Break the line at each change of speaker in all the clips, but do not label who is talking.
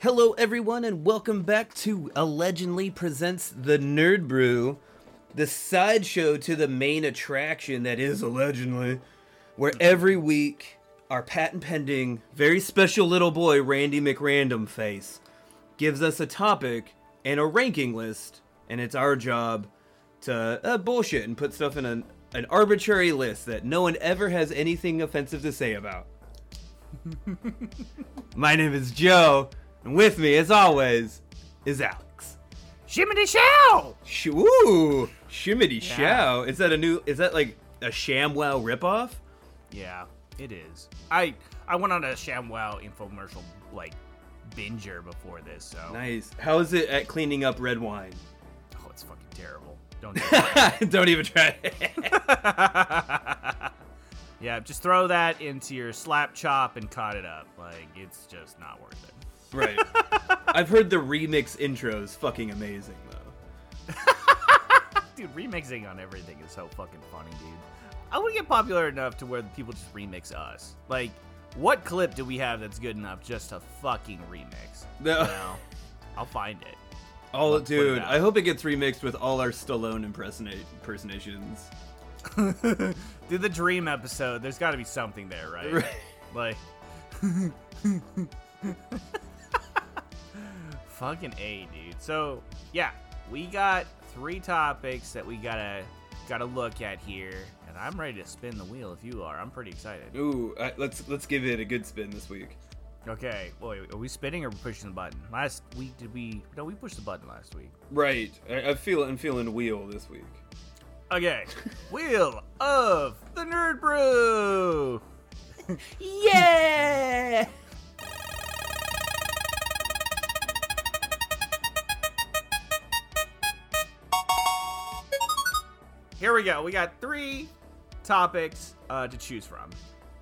Hello, everyone, and welcome back to Allegedly Presents the Nerd Brew, the sideshow to the main attraction that is Allegedly, where every week our patent pending, very special little boy, Randy McRandom Face, gives us a topic and a ranking list, and it's our job to uh, bullshit and put stuff in an, an arbitrary list that no one ever has anything offensive to say about. My name is Joe, and with me, as always, is Alex.
Shimmy Shell!
Sh- Ooh, shimmity show. Is that a new? Is that like a ShamWow ripoff?
Yeah, it is. I I went on a ShamWow infomercial like binger before this, so
Nice. How is it at cleaning up red wine?
oh, it's fucking terrible. Don't. Do it.
Don't even try. it.
yeah, just throw that into your slap chop and cut it up. Like it's just not worth it.
right. I've heard the remix intro is fucking amazing though.
Dude, remixing on everything is so fucking funny, dude. I want to get popular enough to where people just remix us. Like, what clip do we have that's good enough just to fucking remix?
No.
You know? I'll find it.
All
Let's put it
Oh, dude,
out.
I hope it gets remixed with all our Stallone impersonate- impersonations.
Dude, the dream episode, there's got to be something there, right?
Right.
Like, fucking a, dude. So yeah, we got three topics that we gotta gotta look at here, and I'm ready to spin the wheel. If you are, I'm pretty excited.
Ooh, I, let's let's give it a good spin this week.
Okay, wait, are we spinning or pushing the button? Last week did we? No, we pushed the button last week.
Right. I, I feel I'm feeling wheel this week.
Okay, wheel of the nerd brew.
Yeah.
Here we go. We got three topics uh, to choose from.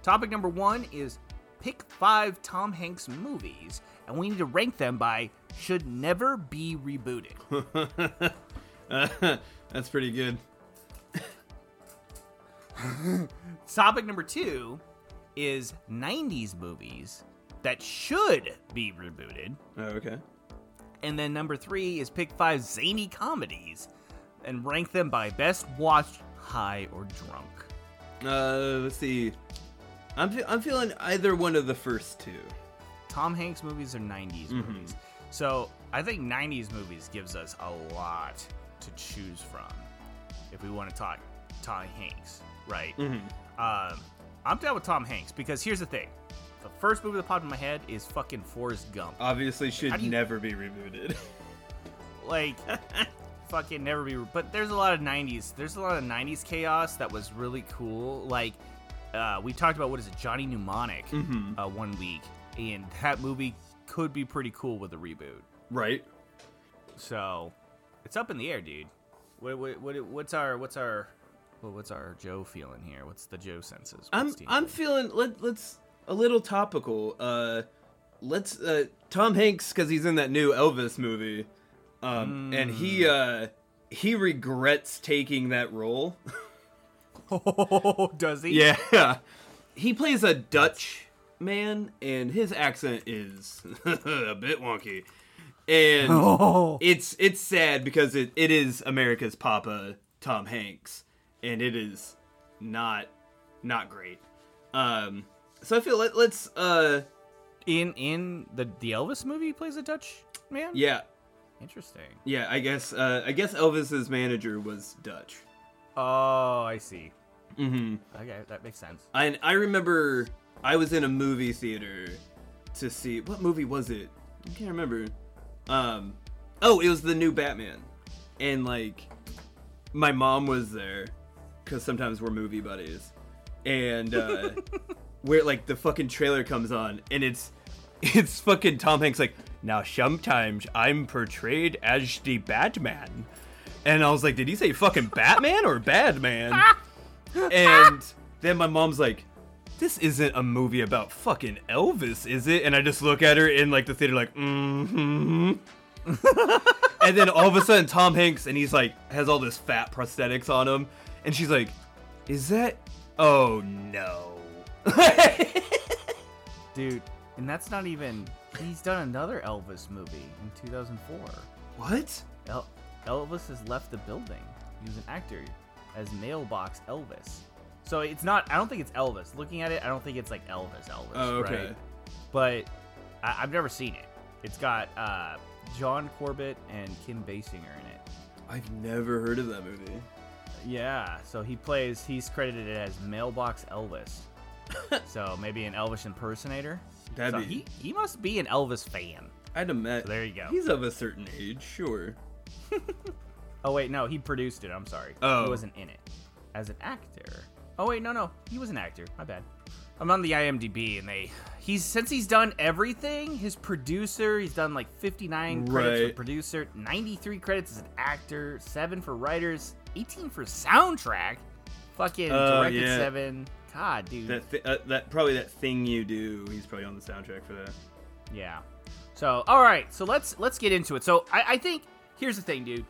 Topic number one is pick five Tom Hanks movies, and we need to rank them by should never be rebooted.
That's pretty good.
Topic number two is 90s movies that should be rebooted.
Oh, okay.
And then number three is pick five zany comedies and rank them by best watched, high, or drunk.
Uh, let's see. I'm fe- I'm feeling either one of the first two.
Tom Hanks movies are 90s movies. So I think 90s movies gives us a lot to choose from if we want to talk Tom Hanks, right?
Mm.
Um, I'm down with Tom Hanks because here's the thing. The first movie that popped in my head is fucking Forrest Gump.
Obviously,
How
should
do you-
never be rebooted.
Like, fucking never be. But there's a lot of 90s. There's a lot of 90s chaos that was really cool. Like, uh, we talked about what is it, Johnny Mnemonic,
Mm.
uh, one week, and that movie could be pretty cool with a reboot.
right.
So it's up in the air, dude. What, what, what what's our what's our well, what's our Joe feeling here? What's the Joe senses?
I'm
What's the-
I'm feeling let let's a little topical. Uh, let's uh Tom Hanks because he's in that new Elvis movie, um, and he
Mm.
uh he regrets taking that role.
does he?
Yeah. He plays a Dutch man, and his accent is a bit wonky. And
Oh.
it's it's sad because it, it is America's Papa Tom Hanks, and it is not not great. Um, so I feel let, let's uh
In in the the Elvis movie, he plays a Dutch man.
yeah
Interesting.
yeah I guess uh, I guess Elvis's manager was Dutch.
Oh, I see.
Mm-hmm.
Okay, that makes sense.
And I remember I was in a movie theater to see what movie was it? I can't remember. Um, oh, it was the new Batman, and like my mom was there because sometimes we're movie buddies, and uh, where like the fucking trailer comes on and it's it's fucking Tom Hanks like now sometimes I'm portrayed as the Batman, and I was like, did he say fucking Batman or Badman? and then my mom's like, "This isn't a movie about fucking Elvis, is it?" And I just look at her in like the theater, like, "Hmm." and then all of a sudden, Tom Hanks, and he's like, has all this fat prosthetics on him, and she's like, "Is that? Oh no."
Dude, and that's not even He's done another Elvis movie in 2004.
What?
El- Elvis has left the building. He was an actor as Mailbox Elvis. So it's not. I don't think it's Elvis. Looking at it, I don't think it's like Elvis. Elvis.
Oh, okay.
Right? But I- I've never seen it. It's got uh, John Corbett and Kim Basinger in it.
I've never heard of that movie.
Yeah, so he plays. He's credited as Mailbox Elvis. so maybe an Elvis impersonator.
That'd
so
be-
he he must be an Elvis fan.
I'd have met.
So there you go.
He's of a certain age, sure.
Oh wait, no, he produced it. I'm sorry.
Oh.
he wasn't in it as an actor. Oh wait, no, no, he was an actor. My bad. I'm on the IMDb, and they he's since he's done everything. His producer, he's done like 59 credits for
Right.
producer, 93 credits as an actor, seven for writers, 18 for soundtrack. Fucking
Oh,
directed
yeah.
seven. God, dude.
That thi- uh, that probably that thing you do. He's probably on the soundtrack for that.
Yeah. So all right, so let's let's get into it. So I, I think here's the thing, dude.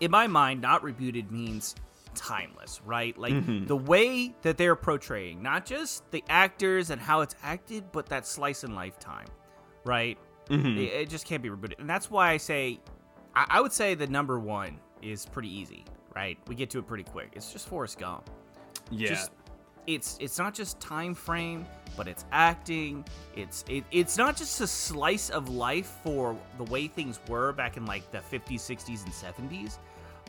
In my mind, not rebooted means timeless, right? Like the way that they're portraying, not just the actors and how it's acted, but that slice in lifetime, right? It, it just can't be rebooted, and that's why I say, I, I would say the number one is pretty easy, right? We get to it pretty quick. It's just Forrest Gump
Yeah.
just it's it's not just time frame but it's acting it's it, it's not just a slice of life for the way things were back in like the 50s 60s and 70s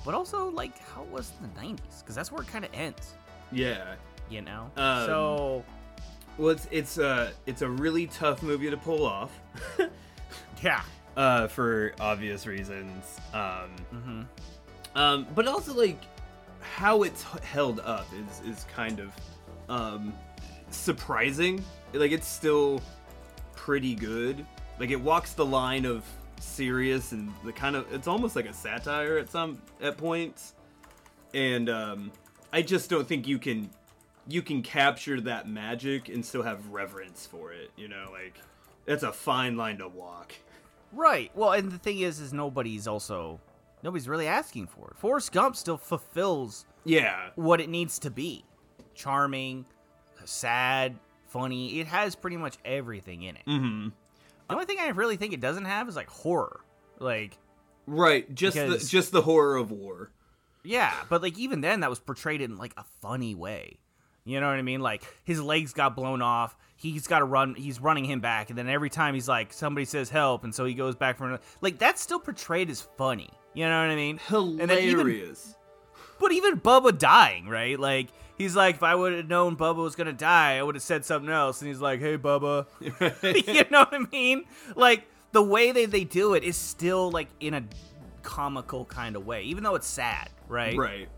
but also like how it was in the 90s because that's where it kind of ends
yeah.
you know
Um,
so
Well, it's it's a it's a really tough movie to pull off,
yeah
uh, for obvious reasons. Um,
hmm
um, but also like how it's h- held up is is kind of um, surprising. Like it's still pretty good. Like it walks the line of serious and the kind of it's almost like a satire at some at points. And um, I just don't think you can you can capture that magic and still have reverence for it. You know, like that's a fine line to walk.
right well and the thing is is nobody's also nobody's really asking for it forrest gump still fulfills
Yeah.
what it needs to be charming sad funny it has pretty much everything in it
Mm-hmm.
the only thing i really think it doesn't have is like horror like
Right, just the
Because-
just the horror of war.
yeah but like even then that was portrayed in like a funny way you know what i mean like his legs got blown off he's got to run he's running him back and then every time he's like somebody says help and so he goes back for another like that's still portrayed as funny you know what i mean And then even
Hilarious.
But even Bubba dying, right? Like he's like, if I would have known Bubba was gonna die, I would have said something else. And he's like, hey Bubba, you know what I mean? Like the way that they do it is still like in a comical kind of way, even though it's sad, right?
right.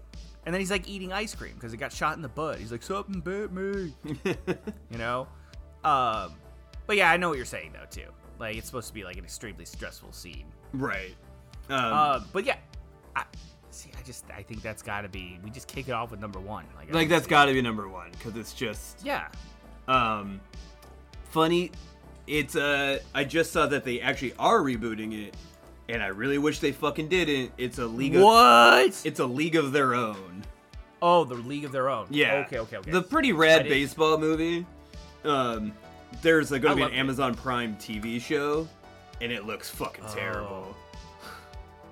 And then he's like eating ice cream because it got shot in the butt. He's like, something bit me, you know. Um, but yeah, I know what you're saying though too. Like it's supposed to be like an extremely stressful scene.
Right. Um,
Uh, but yeah, I, see, I just I think that's got to be. We just kick it off with number one. Like, I
like
don't
that's
see-
got to be number one because it's just
Yeah,
um, funny. It's uh, I just saw that they actually are rebooting it, and I really wish they fucking didn't. It's a league. Of,
What?
It's a league of their own.
oh, the League of Their Own.
Yeah.
Okay. Okay. Okay.
The pretty rad
I did-
baseball movie. Um, there's going to
I
be an
loved it.
Amazon Prime TV show, and it looks fucking
Oh.
terrible.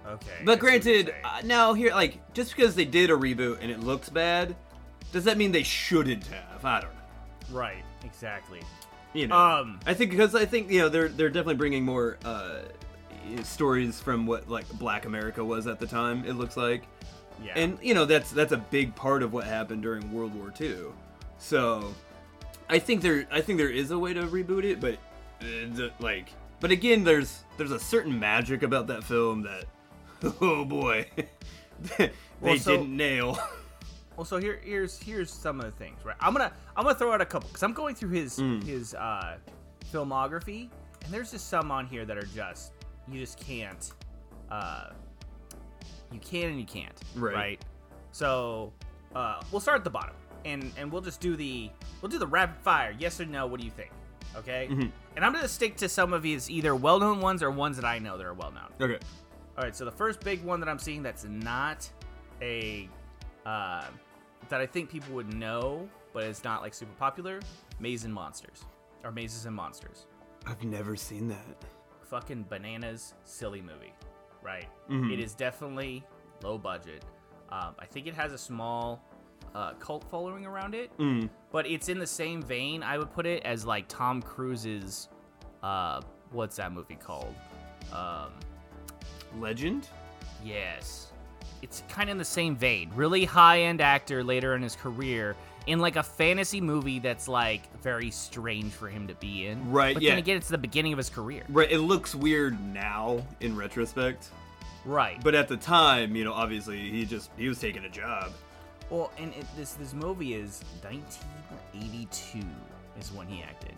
okay. I see
But
what you're
granted,
saying.
uh, now here, like, just because they did a reboot and it looks bad, does that mean they shouldn't have? I don't know.
right. Exactly.
You know,
Um.
I think because I think you know they're they're definitely bringing more uh, stories from what like Black America was at the time. It looks like,
Yeah.
and you know that's that's a big part of what happened during World War II. So, I think there I think there is a way to reboot it, but uh, the, like, but again, there's there's a certain magic about that film that, oh boy, they
Well, so-
didn't nail.
well, so here, here's here's some of the things. Right. I'm gonna I'm gonna throw out a couple because I'm going through his his uh filmography, and there's just some on here that are just you just can't. Uh, you can and you can't.
Right.
Right. So uh, we'll start at the bottom, and and we'll just do the we'll do the rapid fire. Yes or no. What do you think? Okay. And I'm gonna stick to some of his either well-known ones or ones that I know that are well-known.
okay,
All right. So the first big one that I'm seeing that's not a uh, that I think people would know, but it's not like super popular. Maze and Monsters or Mazes and Monsters.
I've never seen that.
fucking bananas, silly movie, right?
Mhm.
It is definitely low budget. Um, I think it has a small uh, cult following around it,
Mm.
but it's in the same vein. I would put it as like Tom Cruise's, uh, what's that movie called? Um,
Legend?
Yes. It's kind of in the same vein. Really high end actor later in his career in like a fantasy movie that's like very strange for him to be in.
Right,
But
yeah.
then again, it's the beginning of his career.
Right, it looks weird now in retrospect,
Right.
but at the time, you know, obviously he just he was taking a job.
well, and it, this this movie is 1982 is when he acted,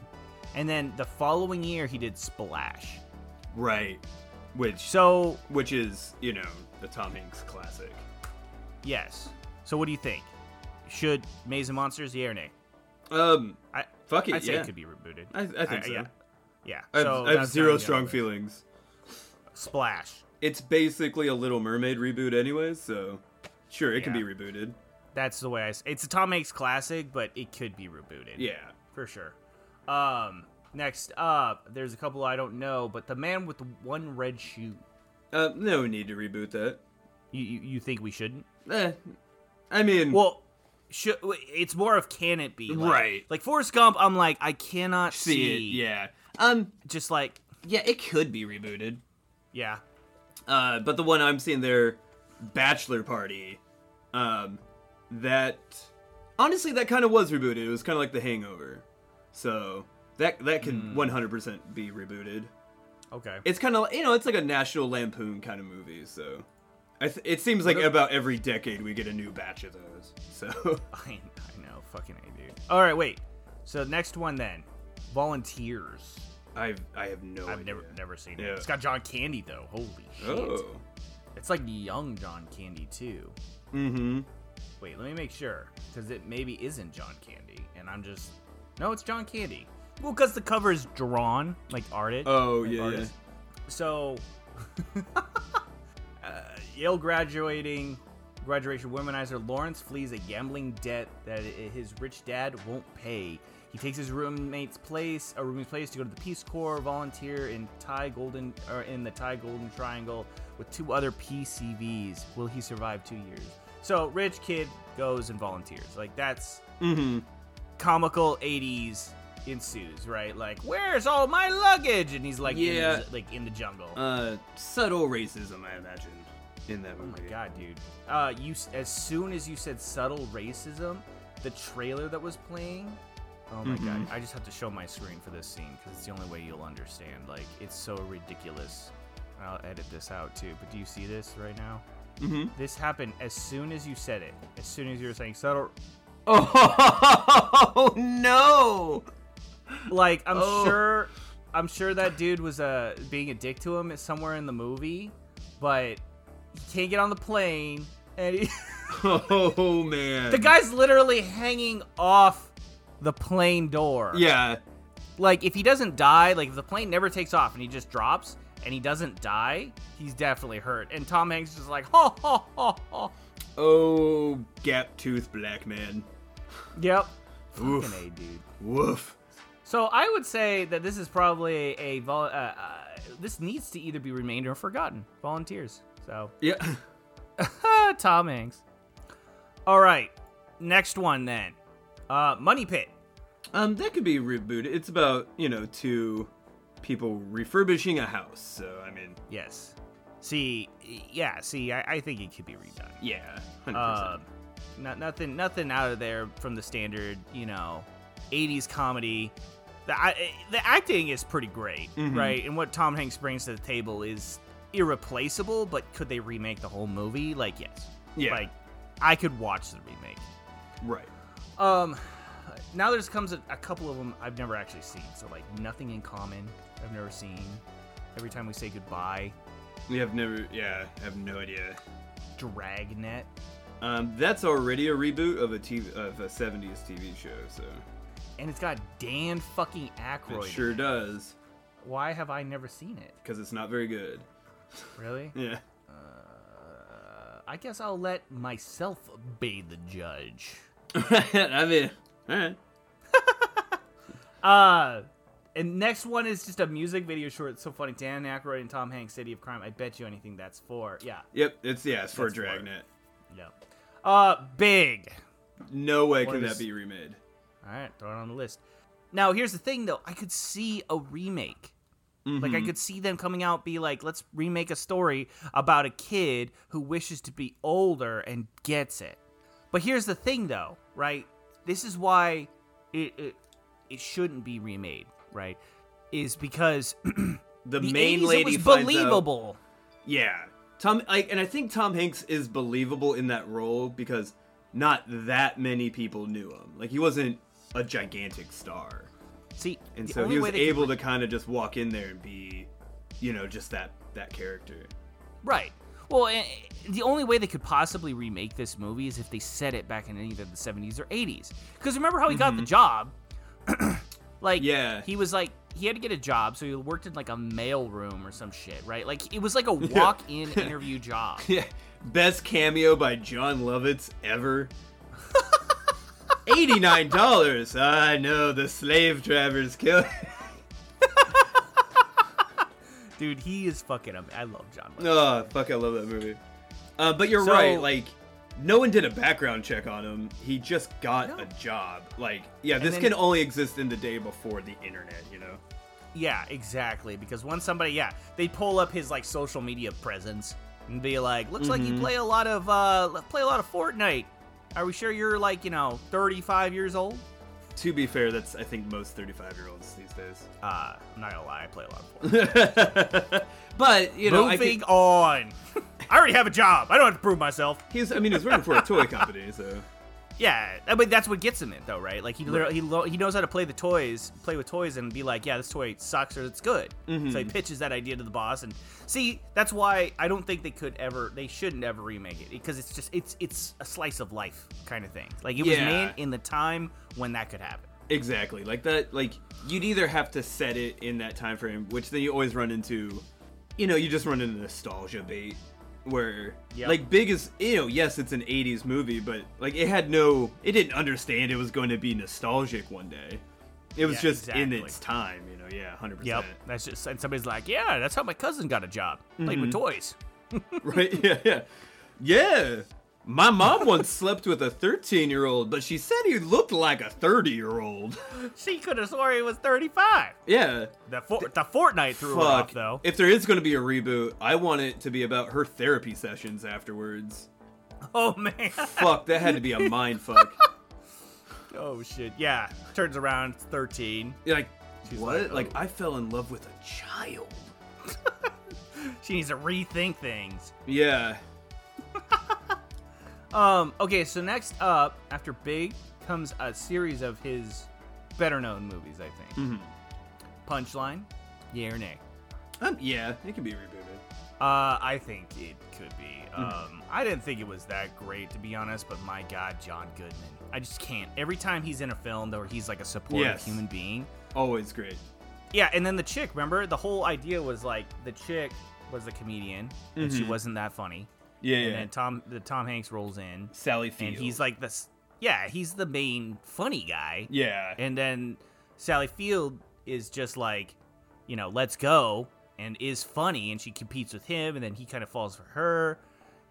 and then the following year he did Splash.
Right. Which
So
which is, you know, the Tom Hanks classic.
yes. So what do you think? Should Maze of Monsters? Yeah or nay?
Um
I
fuck it,
I'd say
yeah.
it could be rebooted.
I, I think so.
Yeah. Yeah.
I have,
So
I have
that's
zero
not the
strong
other-
feelings.
Splash.
It's basically a Little Mermaid reboot anyways, so sure, it can be
Yeah.
rebooted.
That's the way I. s- It's a Tom Hanks classic, but it could be rebooted.
Yeah.
for sure. Um, next up, there's a couple I don't know, but the man with the one red shoe.
Uh, no need to reboot that.
You you, you think we shouldn't?
Eh, I mean,
Well, should it's more of can it be like,
Right.
Like Forrest Gump, I'm like I cannot see,
see it, yeah. Um,
Just like
yeah, it could be rebooted.
yeah,
Uh, but the one I'm seeing there, Bachelor Party, um, that honestly that kind of was rebooted. It was kind of like The Hangover, so that that could
Hmm.
100% be rebooted.
okay.
It's kind of you know it's like a National Lampoon kind of movie, so. I th- it seems like
What a-
about every decade we get a new batch of those. So
I, I know, fucking a dude. All right, wait. So next one then, volunteers.
I've I have no.
I've
idea.
never never seen
Yeah.
it. It's got John Candy though. Holy shit.
Oh.
It's like young John Candy too.
Mm-hmm.
Wait, let me make sure because it maybe isn't John Candy, and I'm just no, it's John Candy. Well, because the cover is drawn like arted.
Oh
like,
yeah, yeah.
artist. So, uh, Yale graduating graduation womanizer Lawrence flees a gambling debt that i- his rich dad won't pay. He takes his roommate's place, a roommate's place, to go to the Peace Corps, volunteer in Thai Golden or in the Thai Golden Triangle with two other PCVs. Will he survive two years? So, rich kid goes and volunteers. Like that's
Mm-hmm.
comical 80s ensues, right? Like, where's all my luggage? And he's like,
Yeah.
in the, like in the jungle.
Uh, subtle racism, I imagine, in that
oh
movie.
my god, dude! Uh, you s- as soon as you said subtle racism, the trailer that was playing. Oh
Mm-hmm.
my god! I just have to show my screen for this scene because it's the only way you'll understand. Like, it's so ridiculous. I'll edit this out too. But do you see this right now?
Mm-hmm.
This happened as soon as you said it. As soon as you were saying subtle
Oh no!
like i'm
Oh.
sure i'm sure that dude was uh being a dick to him somewhere in the movie but he can't get on the plane and he,
Oh man!
the guy's literally hanging off the plane door
Yeah,
like if he doesn't die like if the plane never takes off and he just drops and he doesn't die he's definitely hurt and tom hanks is just like ho ho ho ho
Oh, gap tooth black man.
yep
Oof.
Fucking A, dude
Woof.
So I would say that this is probably a vol- uh, uh, this needs to either be remained or forgotten. Volunteers. So
Yeah.
Ah, Tom Hanks. All right, next one then. Uh, Money Pit.
Um, that could be rebooted. It's about you know two people refurbishing a house. So I mean,
Yes. See, yeah. See, I, I think it could be redone.
yeah, hundred
Um, not nothing, nothing out of there from the standard, you know, '80s comedy. The I, the acting is pretty great,
Mhm.
right? And what Tom Hanks brings to the table is irreplaceable. But could they remake the whole movie? Like, yes.
Yeah.
Like, I could watch the remake.
percent. Right.
Um, now there's comes a, a couple of them I've never actually seen. So like nothing in common. I've never seen. Every time we say goodbye,
We have never. Yeah, I have no idea.
Dragnet.
Um, that's already a reboot of a TV of a '70s TV show. So
And it's got Dan fucking Aykroyd.
it
in
sure
it.
does
Why have I never seen it?
because it's not very good.
Really?
Yeah.
Uh, I guess I'll let myself be the judge.
I mean, all right.
Uh, And next one is just a music video short. It's so funny. Dan Aykroyd and Tom Hanks, City of Crime. I bet you anything that's for. Yeah.
Yep, it's yeah, it's for
That's for it.
Dragnet.
No. Uh, big.
No way
What
can
is-
that be remade.
All right, throw it on the list. Now, here's the thing, though. I could see a remake. Like,
Mm-hmm.
I could see them coming out, be like, let's remake a story about a kid who wishes to be older and gets it. But here's the thing, though, right? This is why it it, it shouldn't be remade, right? Is because
The,
the
main
80s
lady
it was
finds out-
believable.
Yeah. Tom like and I think Tom Hanks is believable in that role because not that many people knew him. Like he wasn't a gigantic star.
See,
And
the
so
only
he was
way they could
able to kind of just walk in there and be, you know, just that that character.
Right. Well, eh, the only way they could possibly remake this movie is if they set it back in either the 70s or 80s. Because remember how he got the job? like,
Yeah.
he was like, he had to get a job, so he worked in like a mail room or some shit, right? Like, it was like a walk in interview job.
Yeah. Best cameo by John Lovitz ever. Eighty-nine dollars. I know the slave drivers kill.
Dude, he is fucking am- I love John. Lovitz.
oh fuck! I love that movie. Uh, but you're
So-
right. Like, no one did a background check on him. He just got
No.
a job. Like, yeah, this
then-
can only exist in the day before the internet. You know.
Yeah, exactly. Because once somebody, yeah, they pull up his like social media presence and be like, "Looks like you play a lot of uh play a lot of Fortnite. Are we sure you're like you know 35 years old?"
To be fair, that's I think most 35-year-olds these days.
Uh, I'm not gonna lie, I play a lot of Fortnite.
but you know, I
Moving
think
on. I already have a job. I don't have to prove myself.
he's. I mean, he's working for a toy company, so
Yeah, I mean that's what gets him in though, right? Like he literally he, lo- he knows how to play the toys, play with toys, and be like, yeah, this toy sucks or it's good.
Mm-hmm.
So he pitches that idea to the boss, and see that's why I don't think they could ever, they shouldn't ever remake it because it's just it's it's a slice of life kind of thing. Like it was
Yeah.
made in the time when that could happen.
exactly like that. Like you'd either have to set it in that time frame, which then you always run into. You know, you just run into nostalgia bait, where
Yep.
like big is you know yes it's an 80s movie but like it had no it didn't understand it was going to be nostalgic one day it was
Yeah,
just in
exactly.
its time you know yeah 100%
Yep, that's just and somebody's like, yeah, that's how my cousin got a job, played
Mm-hmm.
with toys.
right yeah yeah yeah my mom once slept with a 13 year old but she said he looked like a 30 year old
She could have swore he was 35.
yeah
The, for- the Fortnite threw her off
Fuck.
though.
If there is going to be a reboot, I want it to be about her therapy sessions afterwards.
oh man.
Fuck, that had to be a mind fuck.
Oh shit! Yeah, turns around, it's thirteen.
You're like,
She's
what?
like,
Like,
oh.
I fell in love with a child.
She needs to rethink things.
Yeah.
Um. Okay. So next up, after Big, comes a series of his better-known movies. I think
Mhm.
Punchline, yeah or nay?
Um, yeah, it can be rebooted.
Uh, I think it could be. Um, I didn't think it was that great to be honest, but my God, John Goodman, I just can't. Every time he's in a film, or he's like a supportive
Yes.
human being,
Always great.
Yeah, and then the chick, remember? The whole idea was like the chick was the comedian and she wasn't that funny.
Yeah,
And
Mm-hmm. yeah.
then Tom the Tom Hanks rolls in
Sally Field.
and he's like this Yeah, he's the main funny guy.
yeah.
And then Sally Field is just like, you know, let's go and is funny and she competes with him and then he kind of falls for her.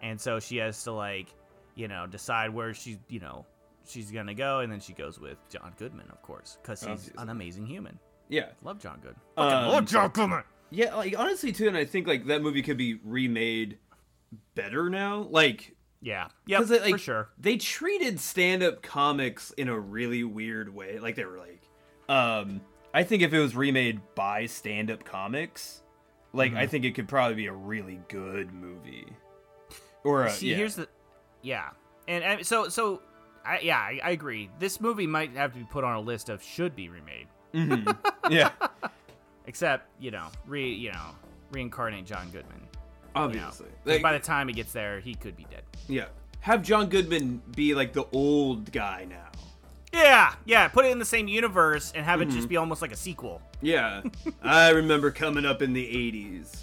And so she has to like, you know, decide where she, you know, she's going to go and then she goes with John Goodman, of course, cuz he's
Obviously.
an amazing human.
yeah.
Love John Good.
Fucking Um, love
John Goodman.
Yeah, like, honestly, too, and I think, like, that movie could be remade better now. Like,
Yeah. Yeah.
'Cause it, like,
for sure.
They treated stand-up comics in a really weird way. Like they were like, um, I think if it was remade by stand-up comics, like
Mm-hmm.
I think it could probably be a really good movie. Or a,
See,
yeah.
here's the. Yeah, and, and so so, I, yeah, I, I agree. This movie might have to be put on a list of should be remade.
Mm-hmm. yeah,
Except you know re you know reincarnate John Goodman. You know.
obviously.
'Cause
Like,
by the time he gets there, he could be dead.
yeah, have John Goodman be like the old guy now.
Yeah, yeah. Put it in the same universe and have it
Mm-hmm.
just be almost like a sequel.
Yeah, I remember coming up in the '80s.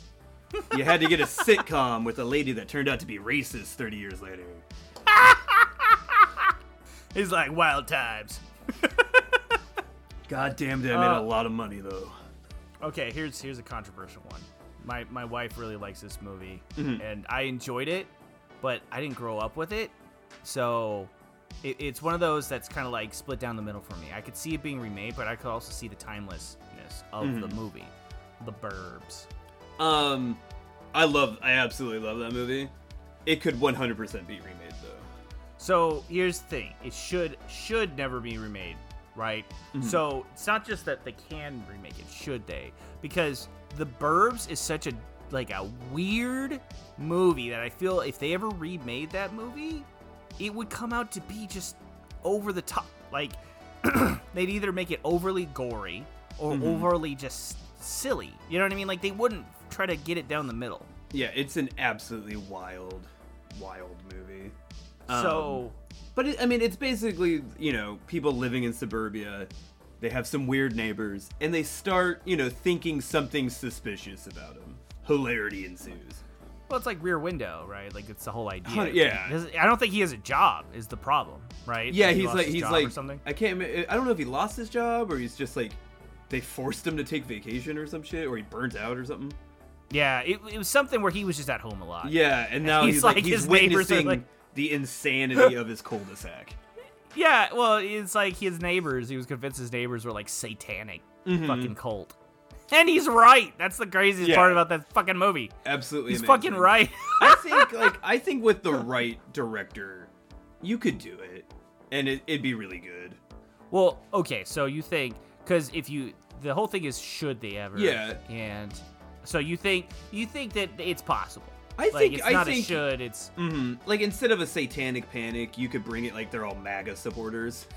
You had to get a sitcom with a lady that turned out to be racist 30 years later.
It's like Wild Times.
God damn, that made
Uh,
a lot of money though.
Okay, here's here's a controversial one. My my wife really likes this movie, and I enjoyed it, but I didn't grow up with it, so it, it's one of those that's kind of like split down the middle for me. I could see it being remade, but I could also see the timelessness of the movie, The Burbs.
Um, I love, I absolutely love that movie. It could 100% be remade though.
So here's the thing: it should should never be remade, right? So it's not just that they can remake it; should they? Because The Burbs is such a like a weird movie that I feel if they ever remade that movie, it would come out to be just over the top. Like they'd either make it overly gory or overly just silly. You know what I mean? Like they wouldn't try to get it down the middle.
Yeah, it's an absolutely wild, wild movie. Um,
so
But it, I mean, it's basically you know people living in suburbia. They have some weird neighbors, and they start you know thinking something suspicious about them. Hilarity ensues.
Well, it's like Rear Window, right? Like it's the whole idea.
Hun- yeah.
He doesn't- I don't think he has a job. Is the problem, right?
Yeah,
Like, he
he's
lost
like
his
he's
job
like
or something.
I can't. ma- I don't know if he lost his job or he's just like they forced him to take vacation or some shit, or he burnt out or something.
Yeah, it, it was something where he was just at home a lot.
Yeah, and now
He's
he's, like,
like,
he's
his neighbors are
witnessing
like-
the insanity of his cul-de-sac.
Yeah, Well, it's like his neighbors. He was convinced his neighbors were like satanic fucking cult, and he's right. That's the craziest
Mm-hmm. Yeah.
part about that fucking movie.
Absolutely,
He's
amazing.
fucking right.
I think like I think with the right director, you could do it, and it, it'd be really good.
well, okay. So you think because if you the whole thing is should they ever?
Yeah.
And so you think you think that it's possible.
I
like,
think-
it's
I
not a
think-
should. It's
hmm Like instead of a satanic panic, you could bring it like they're all MAGA supporters.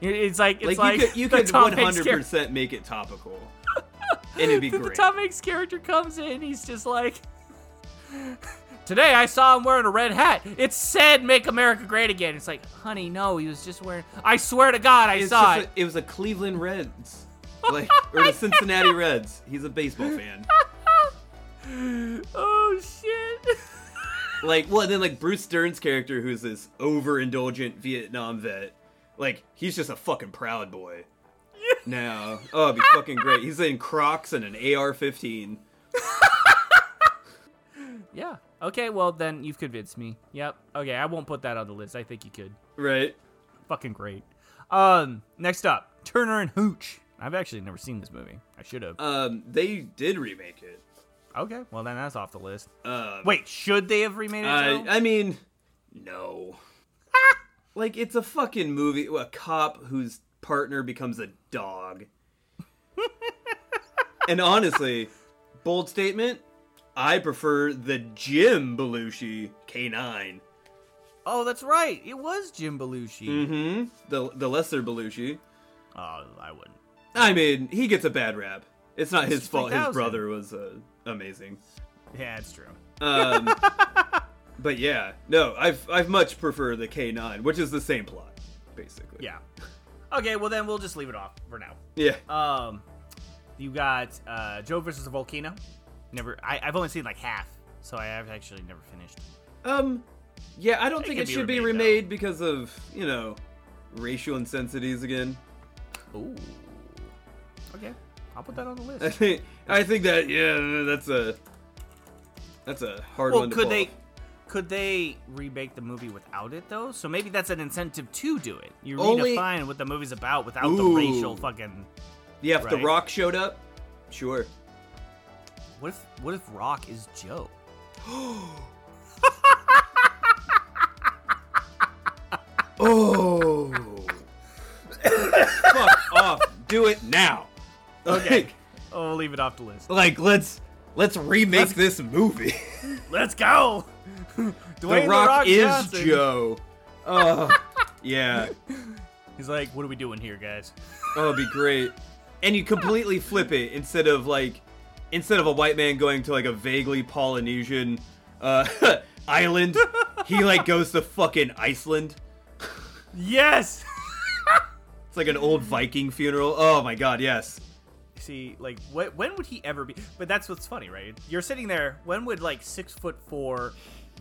It's like
like,
it's like,
you could you
the
could
Tom
one
Hanks
hundred
char-
percent make it topical, and it'd be
the
great.
Tom Hanks character comes in, he's just like, "Today I saw him wearing a red hat. It said Make America Great Again." It's like, honey, no, he was just wearing. I swear to God, I
It's
saw
just
it.
a- it was a Cleveland Reds, like or the Cincinnati Reds. He's a baseball fan.
oh shit!
Like, well, and then like Bruce Stern's character, who's this overindulgent Vietnam vet, like he's just a fucking proud boy. Now, oh, it'd be fucking great. He's in Crocs and an AR-15.
yeah. Okay. Well, then you've convinced me. Yep. Okay. I won't put that on the list. I think you could.
Right?
Fucking great. Um. Next up, Turner and Hooch. I've actually never seen this movie. I should have.
Um, they did remake it.
okay. Well, then that's off the list.
Um,
Wait, should they have remade it?
I,
Joe?
I mean, no. like it's a fucking movie. A cop whose partner becomes a dog. and honestly, bold statement. I prefer the Jim Belushi K9.
Oh, that's right. It was Jim Belushi.
Mm-hmm. The the lesser Belushi.
Oh, I wouldn't.
I mean, he gets a bad rap. It's not his
It's
fault. His
3000.
brother was uh, amazing.
Yeah, it's true.
Um, but yeah, no, I've I've much prefer the K9, which is the same plot, basically.
Yeah. Okay, well then we'll just leave it off for now.
Yeah.
Um, you got uh, Joe versus the volcano. Never. I, I've only seen like half, so I have actually never finished.
Um, yeah, I don't
It
think
could
it
be
should be
remade, though.
remade because of you know racial insensities again.
Ooh. Okay, I'll put that on the
I
list.
think I think that yeah, that's a that's a hard
well,
one. To
could
pull
they?
off.
Could they remake the movie without it though? So maybe that's an incentive to do it. You
Only-
redefine what the movie's about without the
Ooh.
racial fucking.
Yeah, if The
right?
Rock showed up, sure.
What if? What if Rock is Joe?
Oh. Fuck off. Do it now.
Okay.
Like,
Oh, we'll leave it off the list.
like, let's let's remake
Let's-
this movie.
Let's go. Dwayne
the, Rock is
Johnson.
Joe. Oh. yeah.
He's like, what are we doing here, guys?
Oh, it'd be great. And you completely flip it instead of like instead of a white man going to like a vaguely Polynesian uh island, he like goes to fucking Iceland.
Yes.
It's like an old Viking funeral. Oh my god, yes.
See, like, wh- when would he ever be? But that's what's funny, right? You're sitting there. When would like six foot four,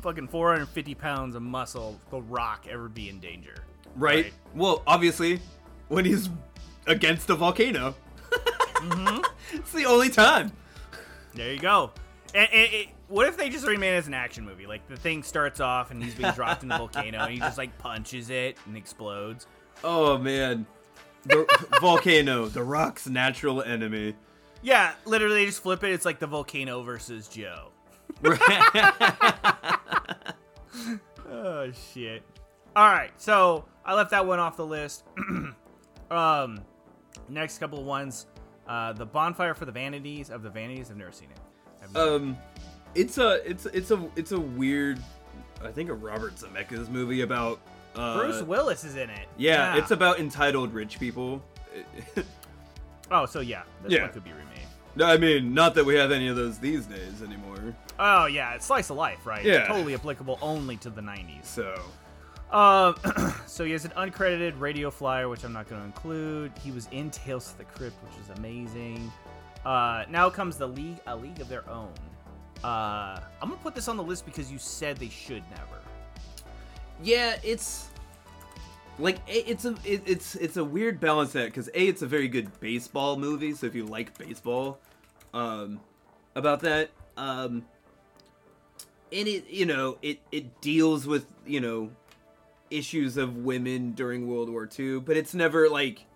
fucking four hundred fifty pounds of muscle, The Rock, ever be in danger?
right?
Right.
Well, obviously, when he's against a volcano. Mm-hmm. it's the only time.
There you go. And, and- it- what if they just remade it as an action movie? Like the thing starts off and he's being dropped in the volcano and he just like punches it and explodes.
Oh man. The volcano, the rock's natural enemy.
Yeah, literally just flip it. It's like the volcano versus Joe. Oh shit. All right, so I left that one off the list. um, next couple of ones, uh, the bonfire for the vanities of the vanities. I've never seen it. I've never-
um it's a it's it's a it's a weird I think a Robert Zemeckis movie about uh
Bruce Willis is in it.
Yeah, it's about entitled rich people.
oh, so yeah, this
Yeah.
one could be remade.
No, I mean, not that we have any of those these days anymore.
Oh yeah, it's slice of life, right?
Yeah.
totally applicable only to the '90s.
So,
Um, so he has an uncredited radio flyer, which I'm not going to include. He was in Tales of the Crypt, which is amazing. Uh, now comes the league, a league of their own. Uh, I'm gonna put this on the list because you said they should never.
yeah, it's like a- it's a it, it's it's a weird balance that because a it's a very good baseball movie. So if you like baseball, um, about that, um, and it you know it it deals with you know issues of women during World War II, but it's never like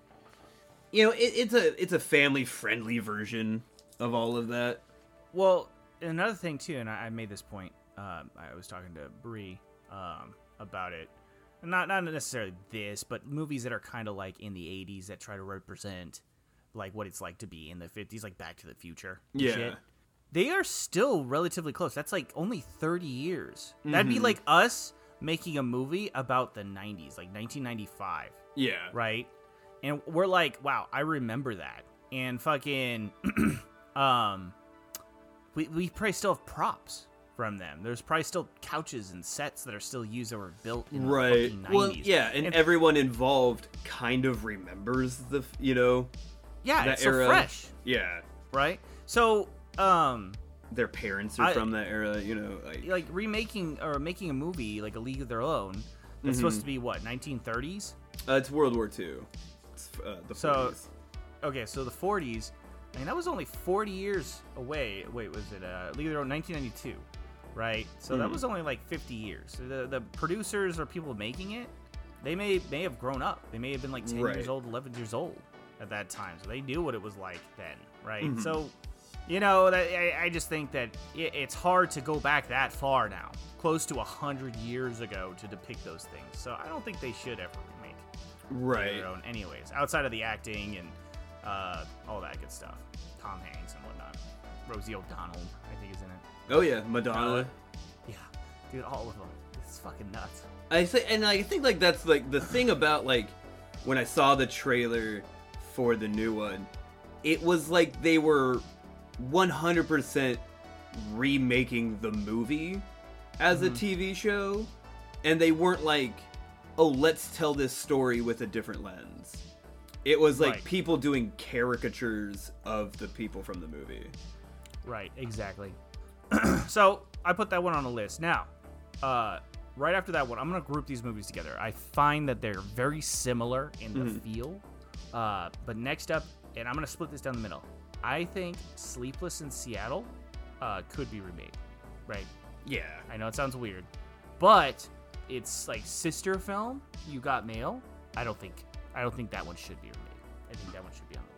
you know it, it's a it's a family friendly version of all of that.
Well, another thing too, and I, I made this point. Um, I was talking to Bree um, about it. Not not necessarily this, but movies that are kind of like in the '80s that try to represent like what it's like to be in the '50s, like Back to the Future. and
Yeah.
shit. They are still relatively close. That's like only 30 years. That'd be like us making a movie about the 90s, like 1995
Yeah.
right? And we're like, wow, I remember that. And fucking, um, we, we probably still have props from them. There's probably still couches and sets that are still used that were built in the
right
fucking 90s.
well yeah and, everyone involved kind of remembers the f- you know
yeah,
that
it's
era-
so fresh,
yeah
right? So, um,
their parents are
I-
from that era you know like,
like remaking or making a movie like A League of Their Own that's supposed
Mm-hmm.
to be what 1930s.
uh, it's world war ii it's uh, the
So-
40s.
Okay, so the 40s, I mean, that was only 40 years away. Wait, was it uh, League of Their Own 1992, right? So that was only like 50 years. So the, the producers or people making it, they may may have grown up. They may have been like 10
Right.
years old, 11 years old at that time. So they knew what it was like then, right? So, you know, that, I, I just think that it, it's hard to go back that far now, close to 100 years ago to depict those things. So I don't think they should ever remake of
right
their own anyways outside of the acting and uh, all that good stuff tom hanks and whatnot rosie o'donnell i think is in it
oh yeah madonna
yeah dude all of them it's fucking nuts
i say and i think like that's like the thing about like when i saw the trailer for the new one it was like they were 100% remaking the movie as a TV show, and they weren't like, oh, let's tell this story with a different lens. It was like
Right.
people doing caricatures of the people from the movie.
right exactly so i put that one on a list now uh, right after that one i'm gonna group these movies together i find that they're very similar in the feel uh, but next up and i'm gonna split this down the middle i think sleepless in seattle uh, could be remade right
Yeah.
I know it sounds weird, but it's like sister film. You got mail. I don't think I don't think that one should be remade. I think that one should be on the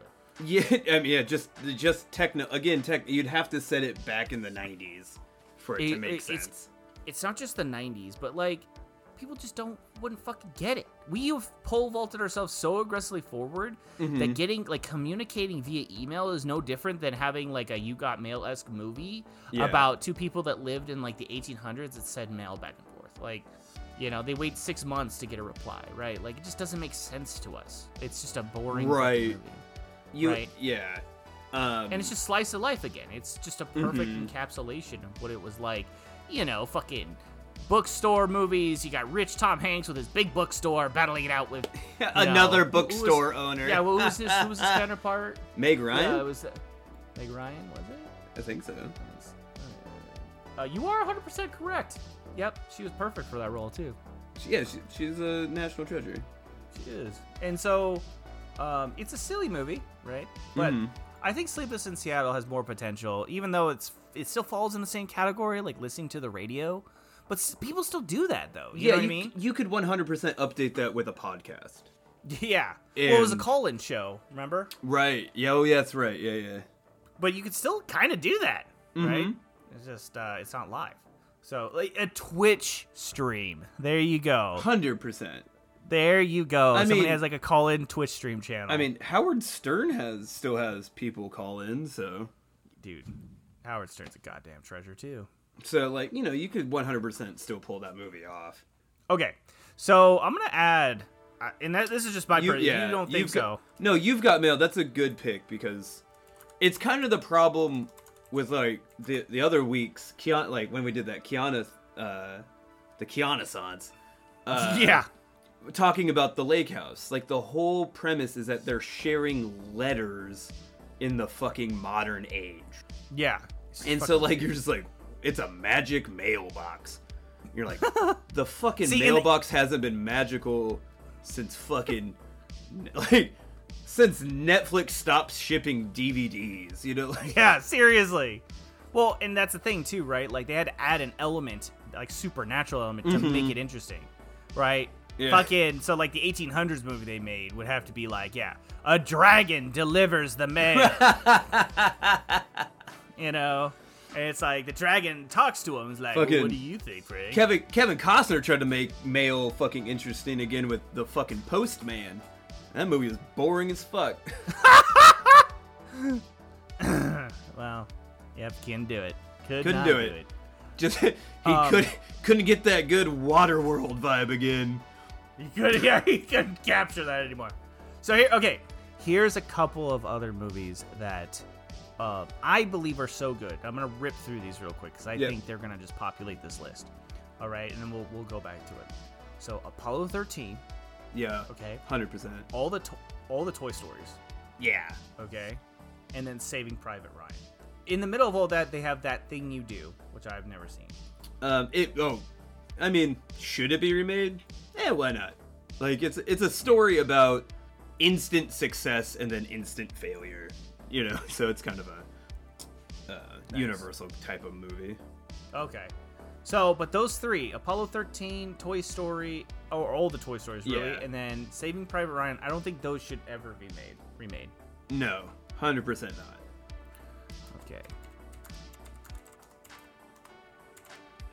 list.
Yeah. I mean, yeah. Just, just techno. Again, tech. You'd have to set it back in the '90s for it, to
It-
make
it- it's-
sense.
It's not just the '90s, but like people just don't wouldn't fucking get it. We have pole vaulted ourselves so aggressively forward
Mm-hmm.
that getting like communicating via email is no different than having like a you got mail esque movie
Yeah.
about two people that lived in like the 1800s that said mail back and forth. Like, you know, they wait six months to get a reply, right? Like, it just doesn't make sense to us. It's just a boring fucking
Right.
movie.
You.
right.
Yeah. Um,
And it's just slice of life again. It's just a perfect encapsulation of what it was like, you know, fucking bookstore movies. You got rich Tom Hanks with his big bookstore battling it out with you know,
another
who- who was-
bookstore owner.
Yeah, what was this? Who was his counterpart?
Meg Ryan.
Yeah, it was uh, Meg Ryan, was it?
I think so.
Uh, you are 100% correct. Yep, she was perfect for that role too.
She, yeah, she, she's a national treasure.
She is. And so, um, it's a silly movie, right? But
Mhm.
I think Sleepless in Seattle has more potential, even though it's it still falls in the same category, like listening to the radio. But s- people still do that, though. You know what I mean?
you could 100% update that with a podcast.
yeah. Well, it was a
And-
call-in show, remember?
Right. Yeah, oh, yeah, that's right. Yeah, yeah.
But you could still kind of do that, right?
Mhm.
It's just uh, it's not live. So like a Twitch stream. There you go.
100%.
There you go.
I
Somebody
mean-
has like a call-in Twitch stream channel.
I mean, Howard Stern has still has people call in, so
dude, Howard Stern's a goddamn treasure too.
so like, you know, you could 100% still pull that movie off.
Okay, so I'm gonna add, I- and that, this is just my.
You,
per-
yeah,
you don't think
you've
so?
got- no, you've got mail. That's a good pick because it's kind of the problem with like the the other weeks, Kiana, like when we did that Kiana, uh, the Kiana sans. Uh,
yeah,
talking about the lake house. Like the whole premise is that they're sharing letters in the fucking modern age.
yeah.
And so like you're just like it's a magic mailbox. You're like the fucking
See, and-
mailbox hasn't been magical since fucking like since Netflix stopped shipping DVDs, you know? Like
yeah, seriously. Well, and that's the thing too, right? Like they had to add an element, like supernatural element, to make it interesting, right?
Mm-hmm. Yeah.
Fucking so like the 1800s movie they made would have to be like, yeah, a dragon delivers the mail. you know, and it's like the dragon talks to him. It's like,
Fucking-
what do you think, Frank?
Kevin Kevin Costner tried to make mail fucking interesting again with the fucking postman. That movie was boring as fuck.
Well, yep, can do it. Could
Couldn't
not
do it. Just he
Um,
could couldn't get that good Waterworld vibe again.
You could, yeah, he couldn't capture that anymore. So here, okay, here's a couple of other movies that uh, I believe are so good. I'm gonna rip through these real quick because I
Yeah.
think they're gonna just populate this list. All right, and then we'll we'll go back to it. So Apollo 13,
Yeah,
okay,
hundred percent.
all the to- all the Toy Stories,
Yeah,
okay, and then Saving Private Ryan. In the middle of all that, they have that thing you do, which I've never seen.
Um, it oh, I mean, should it be remade? Eh, why not? Like it's it's a story about instant success and then instant failure. You know, so it's kind of a uh,
Nice.
universal type of movie.
Okay. So, but those three Apollo 13, Toy Story, or all the Toy Stories, really,
Yeah.
and then Saving Private Ryan, I don't think those should ever be made, remade.
No, hundred percent not.
Okay.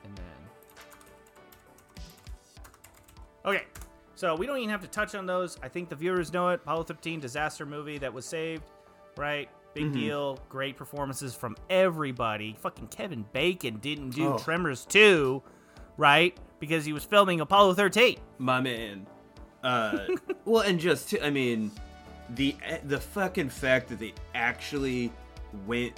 And then. Okay. So we don't even have to touch on those. I think the viewers know it. Apollo 13 disaster movie that was saved, right? Big
Mm-hmm.
deal. Great performances from everybody. Fucking Kevin Bacon didn't do
Oh.
Tremors 2, right? Because he was filming Apollo 13.
my man. Uh, well, and just to, I mean, the the fucking fact that they actually went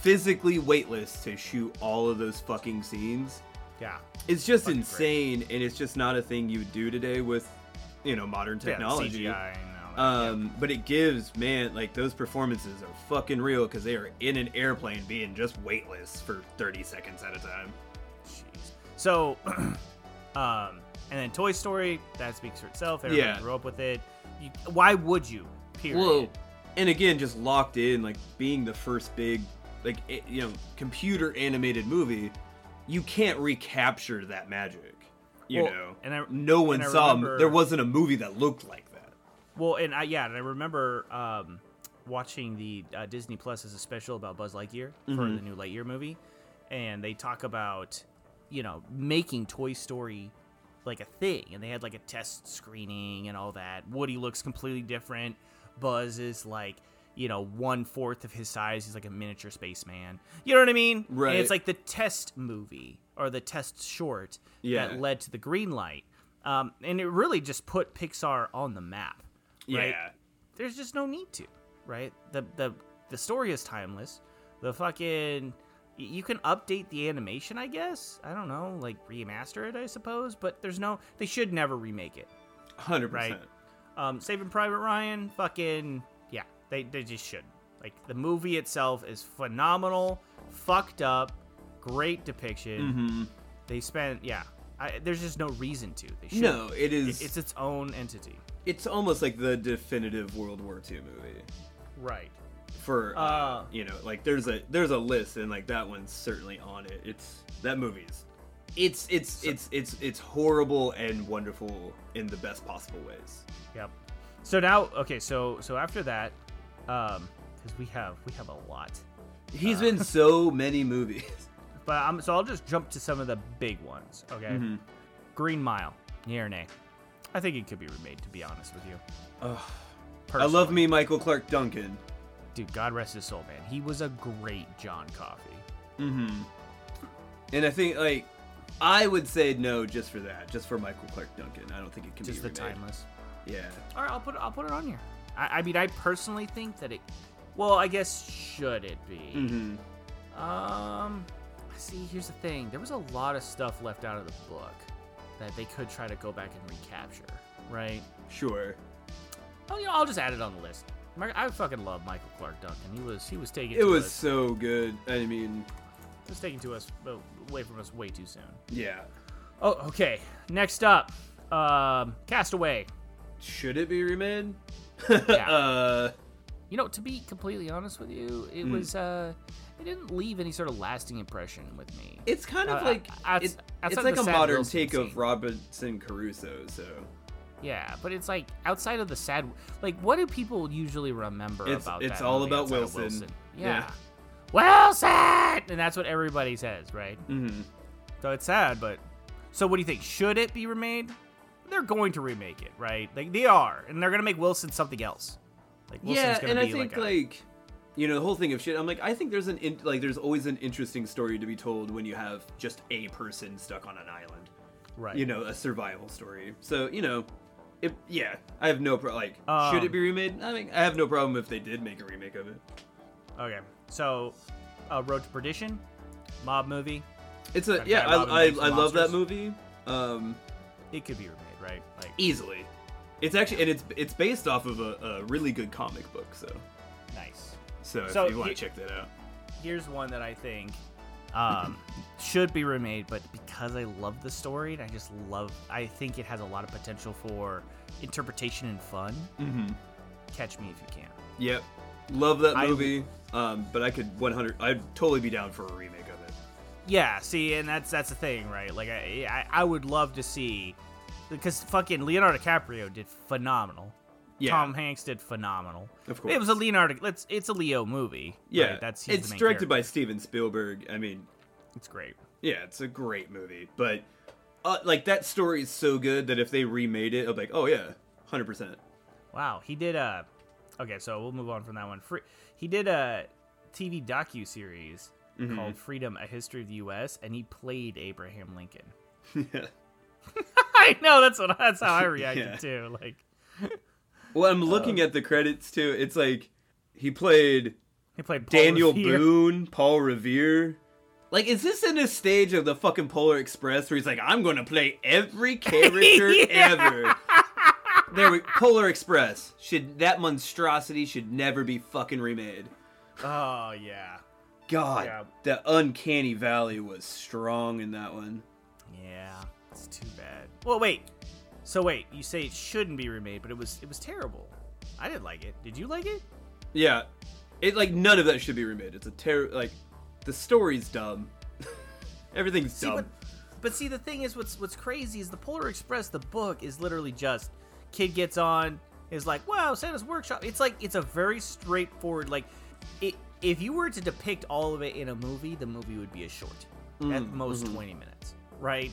physically weightless to shoot all of those fucking scenes,
Yeah.
it's just
Fucking
insane, and it's just not a thing you do today with, you know, modern technology.
Yeah, CGI and all that.
Um, but it gives man like those performances are fucking real because they are in an airplane being just weightless for thirty seconds at a time.
Jeez. So, um, and then Toy Story, that speaks for itself. Everybody
Yeah.
grew up with it. You, why would you? Period.
Well, and again, just locked in, like being the first big, like i- you know, computer animated movie, you can't recapture that magic. You
Well,
know,
and I-
no one
and I
saw.
remember-
There wasn't a movie that looked like that.
Well, and I yeah, and I remember um, watching the uh, Disney Plus as a special about Buzz Lightyear for the new Lightyear movie, and they talk about you know making Toy Story like a thing, and they had like a test screening and all that. Woody looks completely different. Buzz is like you know one fourth of his size. He's like a miniature spaceman. You know what I mean? And
Right.
it's like the test movie or the test short
Yeah.
that led to the green light. Um, and it really just put Pixar on the map. Right?
Yeah,
There's just no need to, right? The the the story is timeless. The fucking y- you can update the animation, I guess. I don't know, like remaster it, I suppose. But there's no, they should never remake it.
hundred
Right.
percent.
Um, Saving Private Ryan, fucking yeah, they they just should. Like the movie itself is phenomenal, fucked up, great depiction.
hmm
They spent yeah, I, there's just no reason to. They should.
No, it is.
it's its own entity.
it's almost like the definitive World War II movie
Right.
for uh,
Uh,
you know like there's a there's a list and like that one's certainly on it. It's that movie's it's it's it's it's it's horrible and wonderful in the best possible ways.
Yep. So now, okay, so so after that, um, because we have we have a lot, Ah.
He's been so many movies.
but I'm so I'll just jump to some of the big ones. Okay.
Mm-hmm.
Green Mile, yeah or nay? I think it could be remade. To be honest with you.
I love
Personally.
me Michael Clark Duncan.
Dude, God rest his soul, man. He was a great John Coffey.
Mm-hmm. And I think like I would say no just for that, just for Michael Clark Duncan. I don't think it can
Just
be
the
remade.
timeless.
Yeah.
All right, I'll put it, I'll put it on here. I, I mean, I personally think that it. Well, I guess should it be?
hmm
Um, see, here's the thing. There was a lot of stuff left out of the book that they could try to go back and recapture, right?
Sure.
Oh, you know, I'll just add it on the list. Mi- I fucking love Michael Clark Duncan. He was he was taken.
It
to
was
us,
so good. I mean,
he was taken to us well, away from us way too soon.
yeah.
Oh, okay. Next up, um, Castaway.
Should it be remade? uh,
You know, to be completely honest with you,
Hmm.
it was uh it didn't leave any sort of lasting impression with me.
it's kind of
Uh,
like
uh,
it-
outside
it's
the
like a
Sam
modern
Wilson
take
scene.
of Robinson Crusoe. So
yeah, but it's like outside of the sad like what do people usually remember
It's-
about
it's
that
all
movie
about
outside of
Wilson.
Yeah. Wilson! And that's what everybody says, right?
mhm.
So it's sad, but so what do you think? Should it be remade? They're going to remake it, right? Like they are, and they're going to make Wilson something else. Like Wilson's
yeah,
going
and
to
I
be
think
like, a-
like you know the whole thing of shit. I'm like, I think there's an in, like there's always an interesting story to be told when you have just a person stuck on an island.
right.
you know, a survival story. So, you know, if yeah, I have no pro like should
Um,
it be remade? I mean, I have no problem if they did make a remake of it.
Okay, so uh, Road to Perdition, mob movie.
It's a
That
yeah,
guy Robin
I I,
makes
I love that
monsters.
movie. Um
It could be remade, right? Like
easily. It's actually and it's it's based off of a, a really good comic book, so
nice.
so,
So
if you want
he-
to check that out.
Here's one that I think um, should be remade, but because I love the story and I just love, I think it has a lot of potential for interpretation and fun.
Mhm.
Catch me if you can.
Yep. Love that
I-
movie. um but I could 100 I'd totally be down for a remake of it.
Yeah, see, and that's that's the thing, right? Like, I I, I would love to see because fucking Leonardo DiCaprio did phenomenal.
Yeah.
Tom Hanks did phenomenal.
Of
it was a
course.
Leonardo. Let's, it's a Leo movie.
yeah.
right? that's he's
it's
the main
directed
character.
by Steven Spielberg. I mean,
It's great.
Yeah, it's a great movie, but uh, like that story is so good that if they remade it, I'm like, oh yeah, hundred percent.
Wow, he did a. Okay, so we'll move on from that one. Free, he did a TV docu series
Mm-hmm.
called "Freedom: A History of the U.S." and he played Abraham Lincoln. I know that's what that's how I reacted
Yeah.
too. Like,
Well, I'm looking at the credits too. It's like he played
he played Paul
Daniel
Revere.
Boone, Paul Revere. Like, is this in a stage of the fucking Polar Express where he's like, I'm gonna play every character
Yeah.
ever? There we Polar Express should that monstrosity should never be fucking remade.
Oh yeah.
God,
Yeah.
the uncanny valley was strong in that one.
Yeah, it's too bad. Well, wait. So wait, you say it shouldn't be remade, but it was it was terrible. I didn't like it. Did you like it?
Yeah, it like none of that should be remade. It's a terror. Like the story's dumb. Everything's
See,
dumb.
what, but see, the thing is, what's what's crazy is the Polar Express. The book is literally just kid gets on is like, wow, Santa's workshop. It's like it's a very straightforward like. It, if you were to depict all of it in a movie, the movie would be a short,
Mm,
at most
mm-hmm.
twenty minutes, right?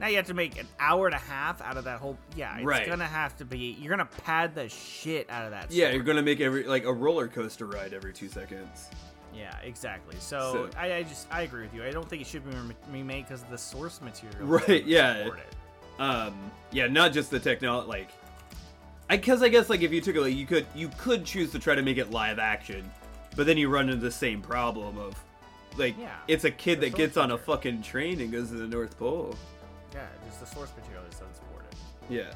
Now you have to make an hour and a half out of that whole. Yeah, it's
Right.
gonna have to be. You're gonna pad the shit out of that.
yeah,
story.
you're gonna make every like a roller coaster ride every two seconds.
Yeah, exactly. So,
So-
I, I just I agree with you. I don't think it should be rem- remade because the source material.
Right,
doesn't
yeah.
support it.
Um, yeah, not just the technology. Like, I because I guess like if you took it, like, you could you could choose to try to make it live action, but then you run into the same problem of like
Yeah,
it's a kid
the
that gets on a
sorcerer.
fucking train and goes to the North Pole.
Yeah, just the source material is unsupported.
Yeah.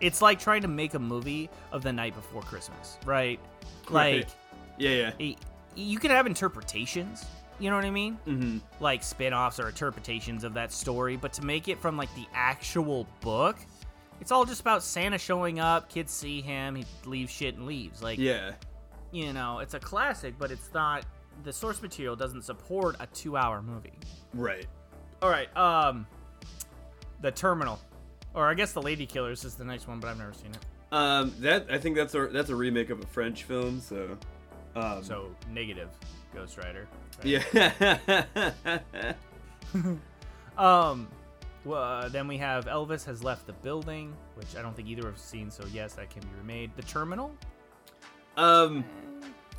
It's like trying to make a movie of the night before Christmas, right? Like
Right. Yeah, yeah.
y- you can have interpretations, You know what I mean?
Mm-hmm.
Like spin-offs or interpretations of that story, but to make it from like the actual book, it's all just about Santa showing up, kids see him, he leaves shit and leaves. Like
Yeah.
you know, it's a classic, but it's not the source material doesn't support a 2-hour movie.
Right.
All right, um The Terminal. Or I guess The Lady Killers is the next one, but I've never seen it.
Um, that I think that's a that's a remake of a French film. So, um,
So negative Ghost Rider. right?
yeah.
Um. Well, uh, then we have Elvis has left the building, which I don't think either of us have seen. So yes, that can be remade. The Terminal.
um,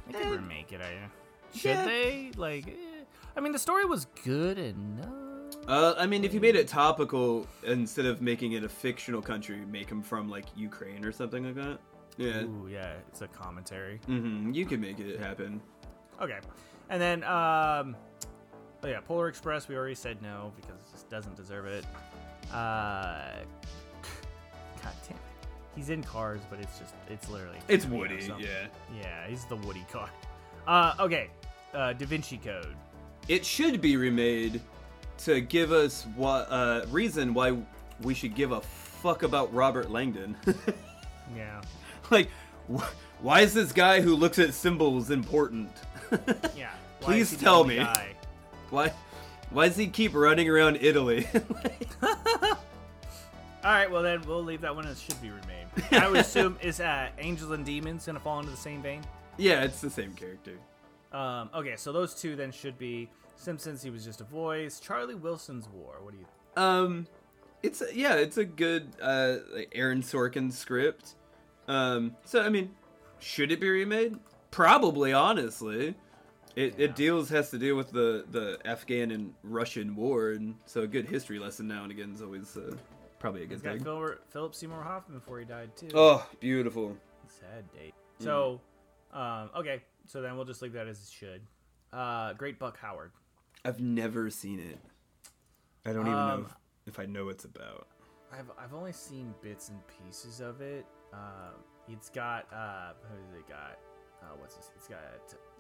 They could
Eh.
remake it. I should
Yeah.
they? Like, eh. I mean, the story was good enough.
uh, I mean, if you made it topical instead of making it a fictional country, make him from like Ukraine or something like that. Yeah.
Ooh, yeah, it's a commentary.
hmm You could make it happen.
Okay, and then um, oh yeah, Polar Express. We already said no because it just doesn't deserve it. Uh, God damn it. He's in cars, but it's just it's literally a
It's
cameo,
Woody.
so-
Yeah.
Yeah, he's the Woody car. Uh, okay, uh, Da Vinci Code.
It should be remade to give us what uh, reason why we should give a fuck about Robert Langdon.
Yeah,
like, wh- why is this guy who looks at symbols important?
yeah. Why
Please
is he the
tell
only
me.
guy?
Why? Why does he keep running around Italy?
All right, well then we'll leave that one. It should be remade. I would assume is uh, Angels and Demons gonna fall into the same vein.
yeah, it's the same character.
Um, okay, so those two then should be Simpsons. He was just a voice. Charlie Wilson's War. What do you?
Um, it's yeah, it's a good uh like Aaron Sorkin script. Um, so I mean, should it be remade? Probably, honestly. It,
Yeah.
it deals has to deal with the the Afghan and Russian war, and so a good history lesson now and again is always uh, probably a
He's
good
got
thing.
Phil, Philip Seymour Hoffman before he died too.
Oh, beautiful.
Sad date. So, um, okay, so then we'll just leave that as it should. Uh, Great Buck Howard.
I've never seen it. I don't even know
Um,
if, if I know it's about.
I've I've only seen bits and pieces of it. Um, it's got uh, who's it got? Uh, what's this? It's got.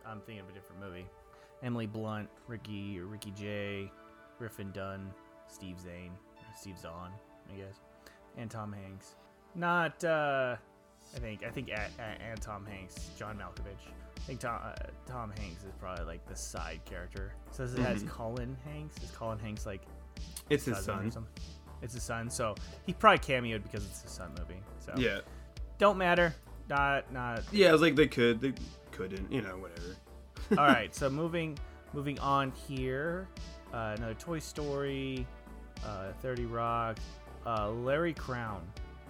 I'm thinking of a different movie. Emily Blunt, Ricky or Ricky Jay, Griffin Dunn, Steve Zane, or Steve Zahn, I guess, and Tom Hanks. Not. Uh, I think I think at, at, and Tom Hanks, John Malkovich. I think Tom uh, Tom Hanks is probably like the side character. So this has Colin Hanks. Is Colin Hanks like
It's his
cousin or
son.
something. It's his son, so he probably cameoed because it's his son movie. So
Yeah.
don't matter. Not not.
Yeah, I was like they could, they couldn't, you know, whatever.
All right. So moving moving on here. Uh, another Toy Story, uh, Thirty Rock, uh, Larry Crown.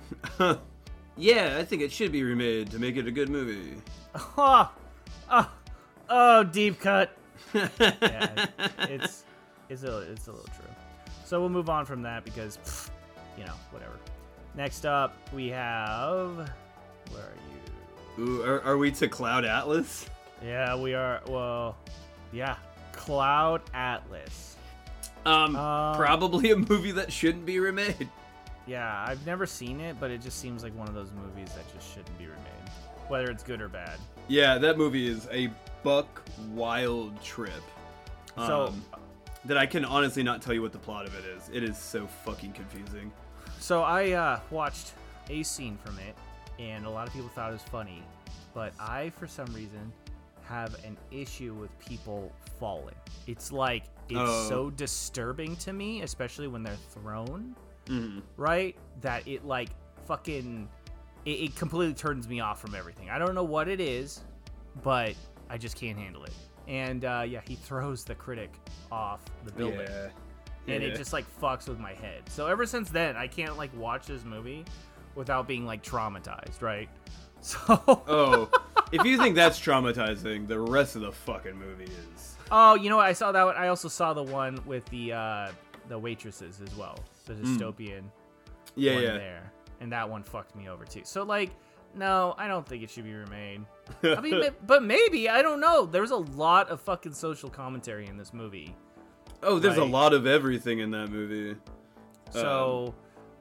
yeah, I think it should be remade to make it a good movie.
Oh, oh, oh deep cut. Yeah, it's it's a it's a little true. So we'll move on from that because pff, you know whatever. Next up we have where are you?
Ooh, are, are we to Cloud Atlas?
Yeah, we are. Well, yeah, Cloud Atlas.
Um,
Um,
probably a movie that shouldn't be remade.
Yeah, I've never seen it, but it just seems like one of those movies that just shouldn't be remade, whether it's good or bad.
Yeah, that movie is a buck wild trip.
So,
um, that I can honestly not tell you what the plot of it is. It is so fucking confusing.
so I uh, watched a scene from it, and a lot of people thought it was funny, but I, for some reason, have an issue with people falling. It's like it's
Oh.
so disturbing to me, especially when they're thrown.
Mhm.
right? That it like fucking it, it completely turns me off from everything. I don't know what it is, but I just can't handle it. And uh, yeah, he throws the critic off the building,
Yeah.
and
Yeah.
it just like fucks with my head. So ever since then, I can't like watch this movie without being like traumatized, right? So
Oh, if you think that's traumatizing, the rest of the fucking movie is.
oh, you know what? I saw that one. I also saw the one with the uh, the waitresses as well, the dystopian.
Hmm. Yeah,
one
yeah.
there, and that one fucked me over too. So like, no, I don't think it should be remade. I mean, ma- but maybe I don't know. There's a lot of fucking social commentary in this movie,
Oh, there's a
Like-
lot of everything in that movie.
so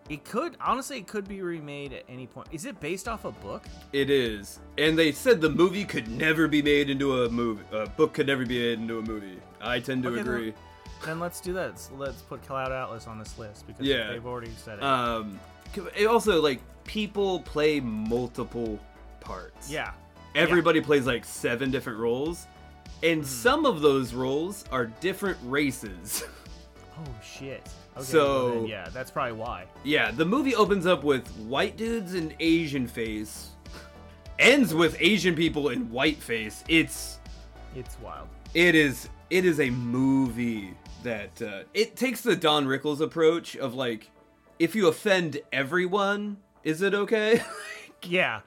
It could honestly, it could be remade at any point. Is it based off a book?
It is, and they said the movie could never be made into a movie. A book could never be made into a movie. I tend to
Okay, then.
agree.
Then let's do that. Let's, let's put Cloud Atlas on this list because
Yeah.
they've already said it.
Um, c- it also like people play multiple parts.
yeah, Hmm.
Everybody plays like seven different roles, and some of those roles are different races.
Oh shit. Okay,
So-
well then, yeah, that's probably why.
yeah, the movie opens up with white dudes and Asian face, ends with Asian people in white face. It's
It's wild.
it is it is a movie that uh, it takes the Don Rickles approach of like, if you offend everyone, is it okay?
Yeah.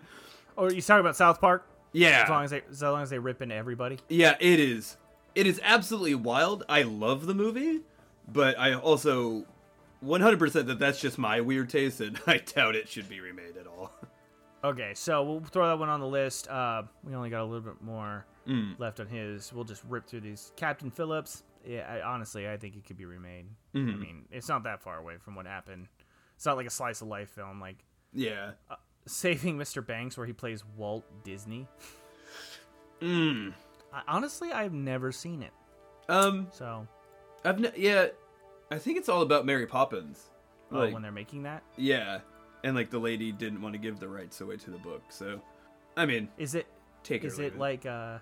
Or you talking about South Park?
yeah.
As long as they as long as they rip into everybody.
Yeah, it is. It is absolutely wild. I love the movie, but I also 100% that that's just my weird taste, and I doubt it should be remade at all.
Okay, so we'll throw that one on the list. Uh, we only got a little bit more
Mm.
left on his. We'll just rip through these. Captain Phillips. Yeah, I, honestly, I think it could be remade.
Mm-hmm.
I mean, it's not that far away from what happened. It's not like a slice of life film, like
Yeah.
Saving Mr. Banks, where he plays Walt Disney.
Mm.
I, honestly, I've never seen it,
Um,
so
I've n- yeah, I think it's all about Mary Poppins.
oh,
Like,
when they're making that,
yeah. And like the lady didn't want to give the rights away to the book, so I mean,
is it
take
Is
or leave
it like uh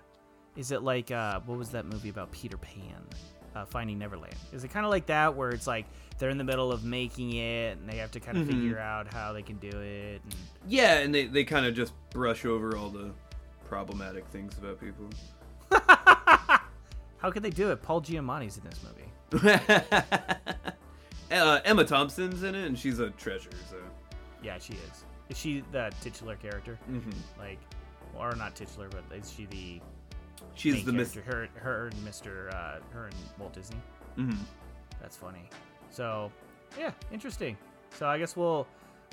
is it like uh what was that movie about Peter Pan? Uh, Finding Neverland. Is it kind of like that where it's like they're in the middle of making it and they have to kind of
Mhm.
figure out how they can do it? And,
Yeah, and they they kind of just brush over all the problematic things about people.
how could they do it? Paul Giamatti's in this movie.
uh, Emma Thompson's in it, and she's a treasure. So,
Yeah, she is. Is she the titular character?
Mhm.
Like, or not titular, but is she the
she's
main
the miss.
character? Her, her and Mr. Uh, her and Walt Disney.
Mhm.
That's funny. So, yeah, interesting. So I guess we'll,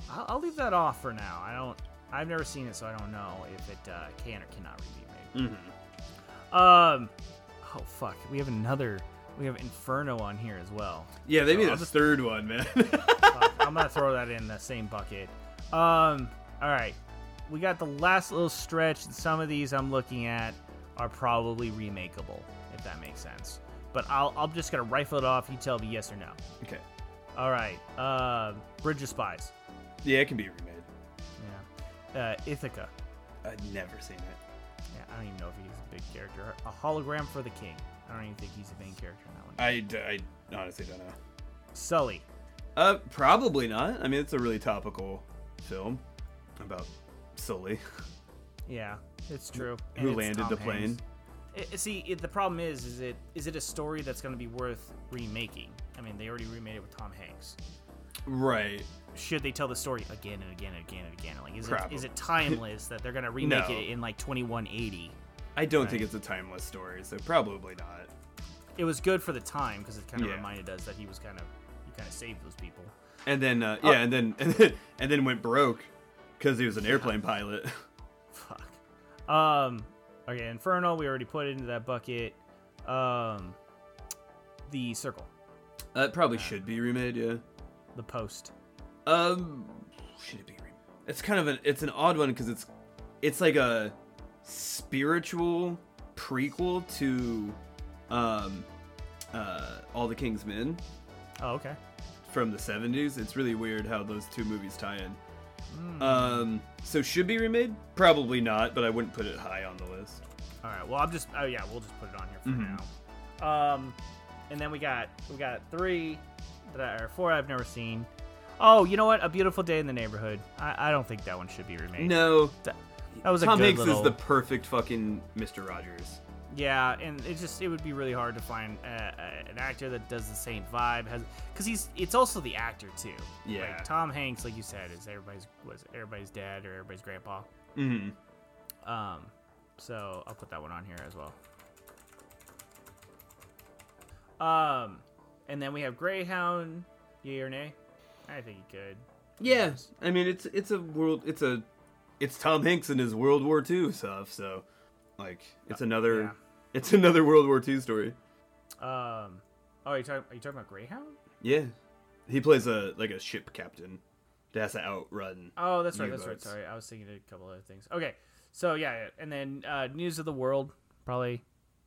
I'll, I'll leave that off for now. I don't, I've never seen it, so I don't know if it uh, can or cannot be remade.
Mm-hmm.
Um, oh fuck, we have another, we have Inferno on here as well.
Yeah, they made
I'll
a
just-
third one, man.
Fuck, I'm gonna throw that in the same bucket. Um, all right, we got the last little stretch, and some of these I'm looking at are probably remakeable, if that makes sense. But I'll, I'm just gonna rifle it off. You tell me yes or no.
okay.
All right. Uh, Bridge of Spies.
Yeah, it can be remade.
Yeah. Uh, Ithaca.
I've never seen it.
Yeah, I don't even know if he's a big character. A hologram for the king. I don't even think he's a main character in that one.
I, d- I honestly don't know.
Sully.
Uh, probably not. I mean, it's a really topical film about Sully.
Yeah, it's true.
Who
And it's
landed
Tom
the
Hanks.
plane.
I- I- see, it, the problem is, is it is it a story that's going to be worth remaking? I mean, they already remade it with Tom Hanks.
Right.
Should they tell the story again and again and again and again? Like, is it is
Probably.
it timeless that they're going to remake
No.
it in like 2180?
I don't think it's a timeless story, so probably not.
It was good for the time because it kind of
Yeah.
reminded us that he was kind of he kind of saved those people.
And then, uh, yeah, and then, and then, and then went broke because he was an airplane pilot.
Fuck. Um. Okay, Inferno. We already put it into that bucket. Um. The Circle,
Uh, it probably should be remade, yeah.
the Post.
Um, should it be? Rem- it's kind of an it's an odd one because it's it's like a spiritual prequel to um uh All the King's Men
Oh, okay.
from the 70s. It's really weird how those two movies tie in. Um, so should be remade? Probably not, but I wouldn't put it high on the list.
All right. Well, I'm just. Oh yeah, we'll just put it on here for
Mm-hmm.
now. Um, and then we got we got three that I, or four I've never seen. Oh, you know what? A Beautiful Day in the Neighborhood. I, I don't think that one should be remade.
No,
That, that was
Tom
a good
Hanks
little...
is the perfect fucking Mr. Rogers.
Yeah, and it just it would be really hard to find uh, uh, an actor that does the same vibe has because he's it's also the actor too.
Yeah.
like, Tom Hanks, like you said, is everybody's was everybody's dad or everybody's grandpa.
Mm-hmm.
Um, so I'll put that one on here as well. Um, and then we have Greyhound. Yay or nay? I think he could.
Yeah, I mean it's it's a world it's a it's Tom Hanks and his World War II stuff, so like it's another
yeah.
it's another World War II story.
Um, oh, are you talking? Are you talking about Greyhound?
Yeah, he plays a like a ship captain. That's an outrun.
Oh, that's right. That's right.
U-boats.
Sorry, I was thinking of a couple other things. Okay, so yeah, yeah, and then uh, news of the world probably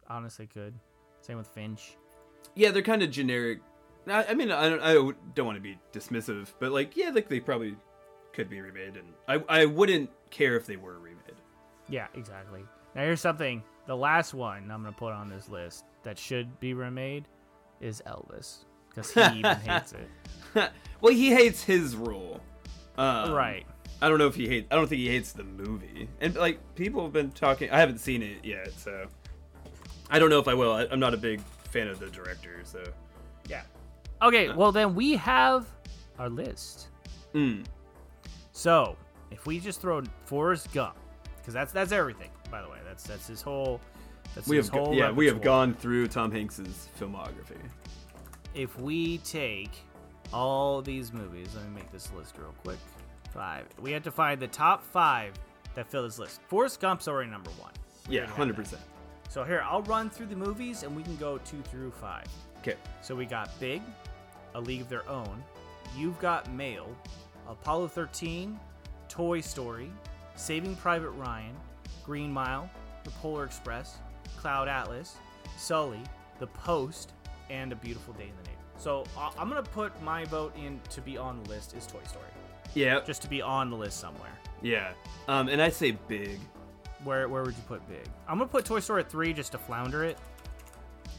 honestly could. Same with Finch.
Yeah, they're kind of generic. I, I mean, I don't, I don't want to be dismissive, but like, yeah, like they probably could be remade, and I, I wouldn't care if they were remade.
Yeah, exactly. Now here's something. The last one I'm gonna put on this list that should be remade is Elvis because he even hates it.
well, he hates his role. Um,
Right.
I don't know if he hates. I don't think he hates the movie. And like people have been talking. I haven't seen it yet, so I don't know if I will. I, I'm not a big fan of the director, so.
Yeah.
uh,
Okay. Well, then we have our list.
Mm.
So if we just throw Forrest Gump, because that's that's everything. By the way, that's that's his whole. That's
We
his
have go-
whole
yeah, we have
repertoire.
gone through Tom Hanks's filmography.
if we take all these movies, let me make this list real quick. Five. We had to find the top five that fill this list. Forrest Gump's already number one.
Yeah, hundred percent.
So here, I'll run through the movies and we can go two through five.
Okay.
So we got Big, A League of Their Own, You've Got Mail, Apollo 13, Toy Story, Saving Private Ryan, Green Mile, The Polar Express, Cloud Atlas, Sully, The Post, and A Beautiful Day in the Neighborhood. So I- I'm gonna put my vote in to be on the list is Toy Story,
Yeah.
just to be on the list somewhere.
Yeah. Um, and I say big.
Where where would you put Big? I'm gonna put Toy Story at three just to flounder it,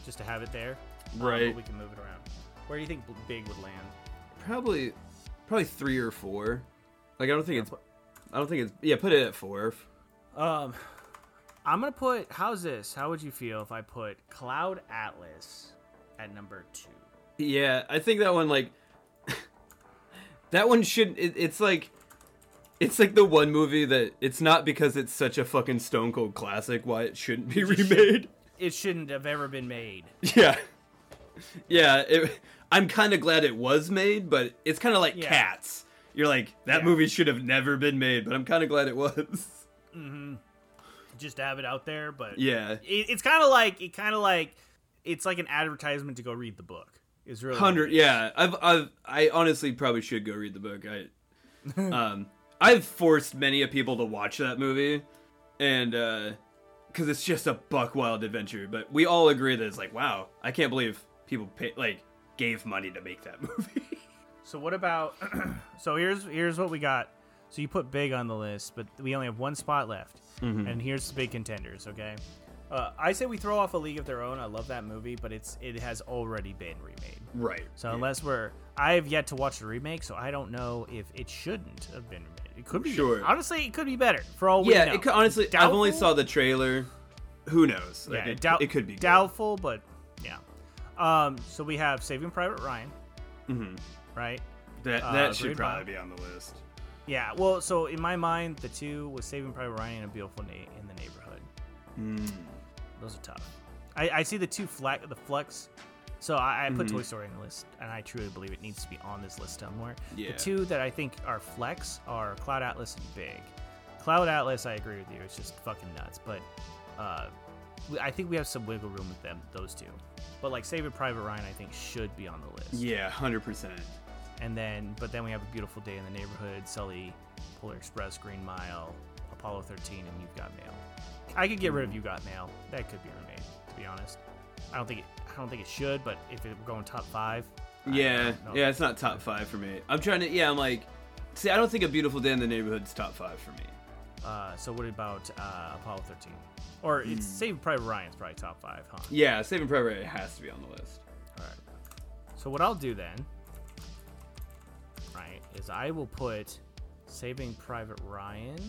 just to have it there. Um, but
Right.
we can move it around. Where do you think Big would land?
Probably, probably three or four. Like I don't think it's. I don't think it's. Yeah, put it at four.
Um, I'm gonna put. How's this? How would you feel if I put Cloud Atlas at number two?
Yeah, I think that one like that one should. It, it's like it's like the one movie that it's not because it's such a fucking Stone Cold classic why it shouldn't be remade.
It shouldn't have ever been made.
yeah, yeah. It, I'm kind of glad it was made, but it's kind of like
Yeah.
Cats. You're like that
Yeah.
movie should have never been made, but I'm kind of glad it was.
Just have it out there, but
yeah,
it, it's kind of like it kind of like it's like an advertisement to go read the book. Is really what
hundred.
it is.
Yeah, I've I've I honestly probably should go read the book. I um I've forced many of people to watch that movie, and uh because it's just a buck wild adventure. But we all agree that it's like, wow, I can't believe people pay, like gave money to make that movie.
So what about? so here's here's what we got. So you put Big on the list, but we only have one spot left,
Mm-hmm.
and here's the big contenders. Okay, uh, I say we throw off a League of Their Own. I love that movie, but it's it has already been remade.
right.
So unless we're, I have yet to watch the remake, so I don't know if it shouldn't have been remade. It could be
Sure.
Honestly, it could be better for all we
Yeah,
know.
it could, honestly, I've only
Doubtful?
saw the trailer. Who knows? Like,
yeah,
it,
doubt-
it could be good.
doubtful, but yeah. Um, so we have Saving Private Ryan,
Mm-hmm.
right?
That
uh,
that should
Green
probably
Mile.
be on the list.
Yeah. Well, so in my mind, the two was Saving Private Ryan and Beautiful Day in the Neighborhood. Those are tough. I, I see the two flex, the flux. So I, I put Toy Story on the list, and I truly believe it needs to be on this list somewhere.
Yeah.
The two that I think are flex are Cloud Atlas and Big. Cloud Atlas, I agree with you. It's just fucking nuts, but uh, we, I think we have some wiggle room with them, those two. But like Saving Private Ryan, I think should be on the list.
Yeah, hundred percent.
And then, but then we have a beautiful day in the neighborhood. Sully, Polar Express, Green Mile, Apollo 13, and you've got mail. I could get rid of you got mail. That could be remade, to be honest. I don't think it, I don't think it should, but if it, we're going top five, I
Yeah,
don't know.
yeah, it's not top five for me. I'm trying to, yeah, I'm like, see, I don't think a beautiful day in the neighborhood's top five for me.
Uh, so what about uh, Apollo 13? Or it's Saving Private Ryan's probably top five, huh?
Yeah, Saving Private Ryan has to be on the list.
All right. So what I'll do then, right, is I will put Saving Private Ryan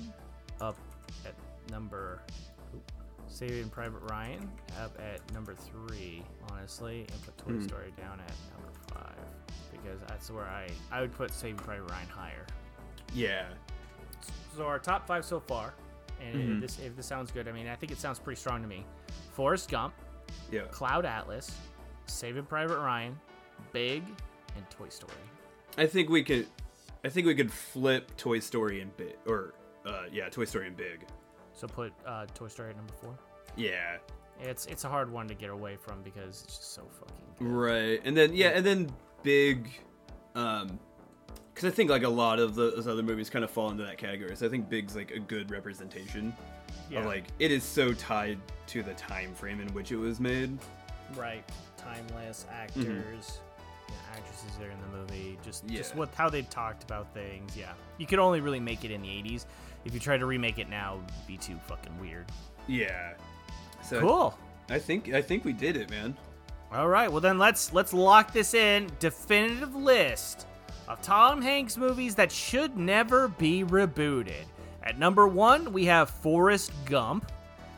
up at number oop, Saving Private Ryan up at number three, honestly, and put Toy Story down at number five because that's where I I would put Saving Private Ryan higher.
Yeah,
So our top five so far, and if this if this sounds good, I mean I think it sounds pretty strong to me. Forrest Gump,
yeah,
Cloud Atlas, Saving Private Ryan, Big, and Toy Story.
I think we could, I think we could flip Toy Story and Big, or uh, yeah, Toy Story and Big.
So put uh, Toy Story at number four.
Yeah,
It's it's a hard one to get away from because it's just so fucking. Good.
right, and then yeah, and then Big, um, because I think like a lot of those other movies kind of fall into that category. So I think Big's like a good representation
Yeah.
of like it is so tied to the time frame in which it was made.
right, timeless actors,
the actresses that are in the movie, just
Mm-hmm. Yeah.
just what how they've talked about things. Yeah, you could only really make it in the '80s. If you try to remake it now, it'd be too fucking weird.
Yeah. So I-
Cool.
I think I think we did it, man.
All right, well then let's let's lock this in. Definitive list of Tom Hanks movies that should never be rebooted. At number one, we have Forrest Gump.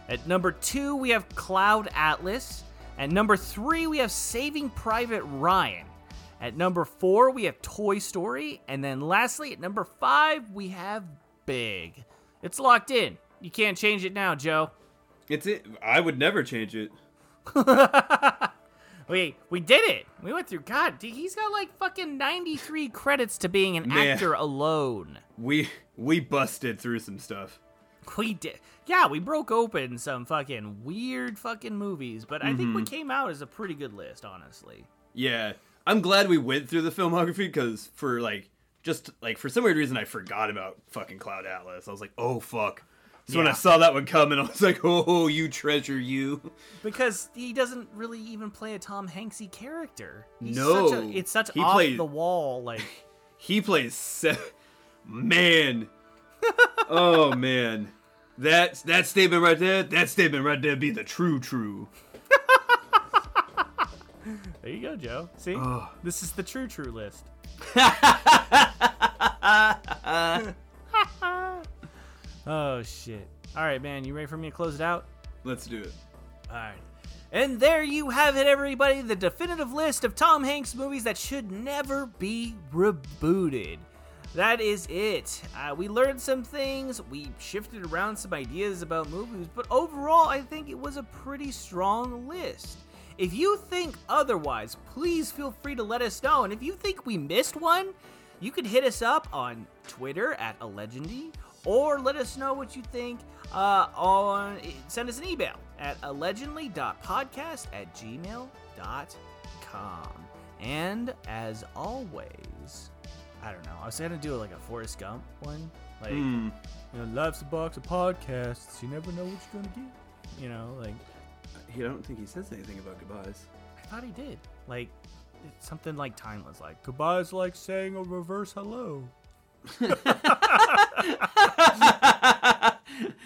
At number two, we have Cloud Atlas. At number three, we have Saving Private Ryan. At number four, we have Toy Story. And then lastly, at number five, we have Big. It's locked in. You can't change it now, Joe.
It's it. I would never change it.
we we did it. We went through. God, dude, he's got like fucking ninety three credits to being an
Man.
actor alone.
We we busted through some stuff.
We did. Yeah, we broke open some fucking weird fucking movies, but I think what
Mm-hmm.
came out is a pretty good list, honestly.
Yeah, I'm glad we went through the filmography because for like just like for some weird reason I forgot about fucking Cloud Atlas. I was like, oh fuck. So when I
Yeah.
saw that one coming, I was like, oh, you treasure, you.
Because he doesn't really even play a Tom Hanksy character. He's
No.
such a, it's such
He
off
played-
the wall. Like
He plays se- man. oh man, that that statement right there, that statement right there, be the true true.
there you go, Joe. See,
Ugh.
this is the true true list. oh shit! All right, man, you ready for me to close it out?
Let's do it.
All right. And there you have it, everybody. The definitive list of Tom Hanks movies that should never be rebooted. That is it. Uh, we learned some things. We shifted around some ideas about movies, but overall, I think it was a pretty strong list. If you think otherwise, please feel free to let us know. And if you think we missed one, you could hit us up on Twitter at Allegendy, or let us know what you think uh, on send us an email at allegedly.podcast at gmail.com. And as always, I don't know, I was gonna do like a Forrest Gump one. Like
Hmm.
you know, life's a box of podcasts, you never know what you're gonna get. You know, like
He, I don't think he says anything about goodbyes.
I thought he did. Like it's something like timeless, like goodbye's like saying a reverse hello.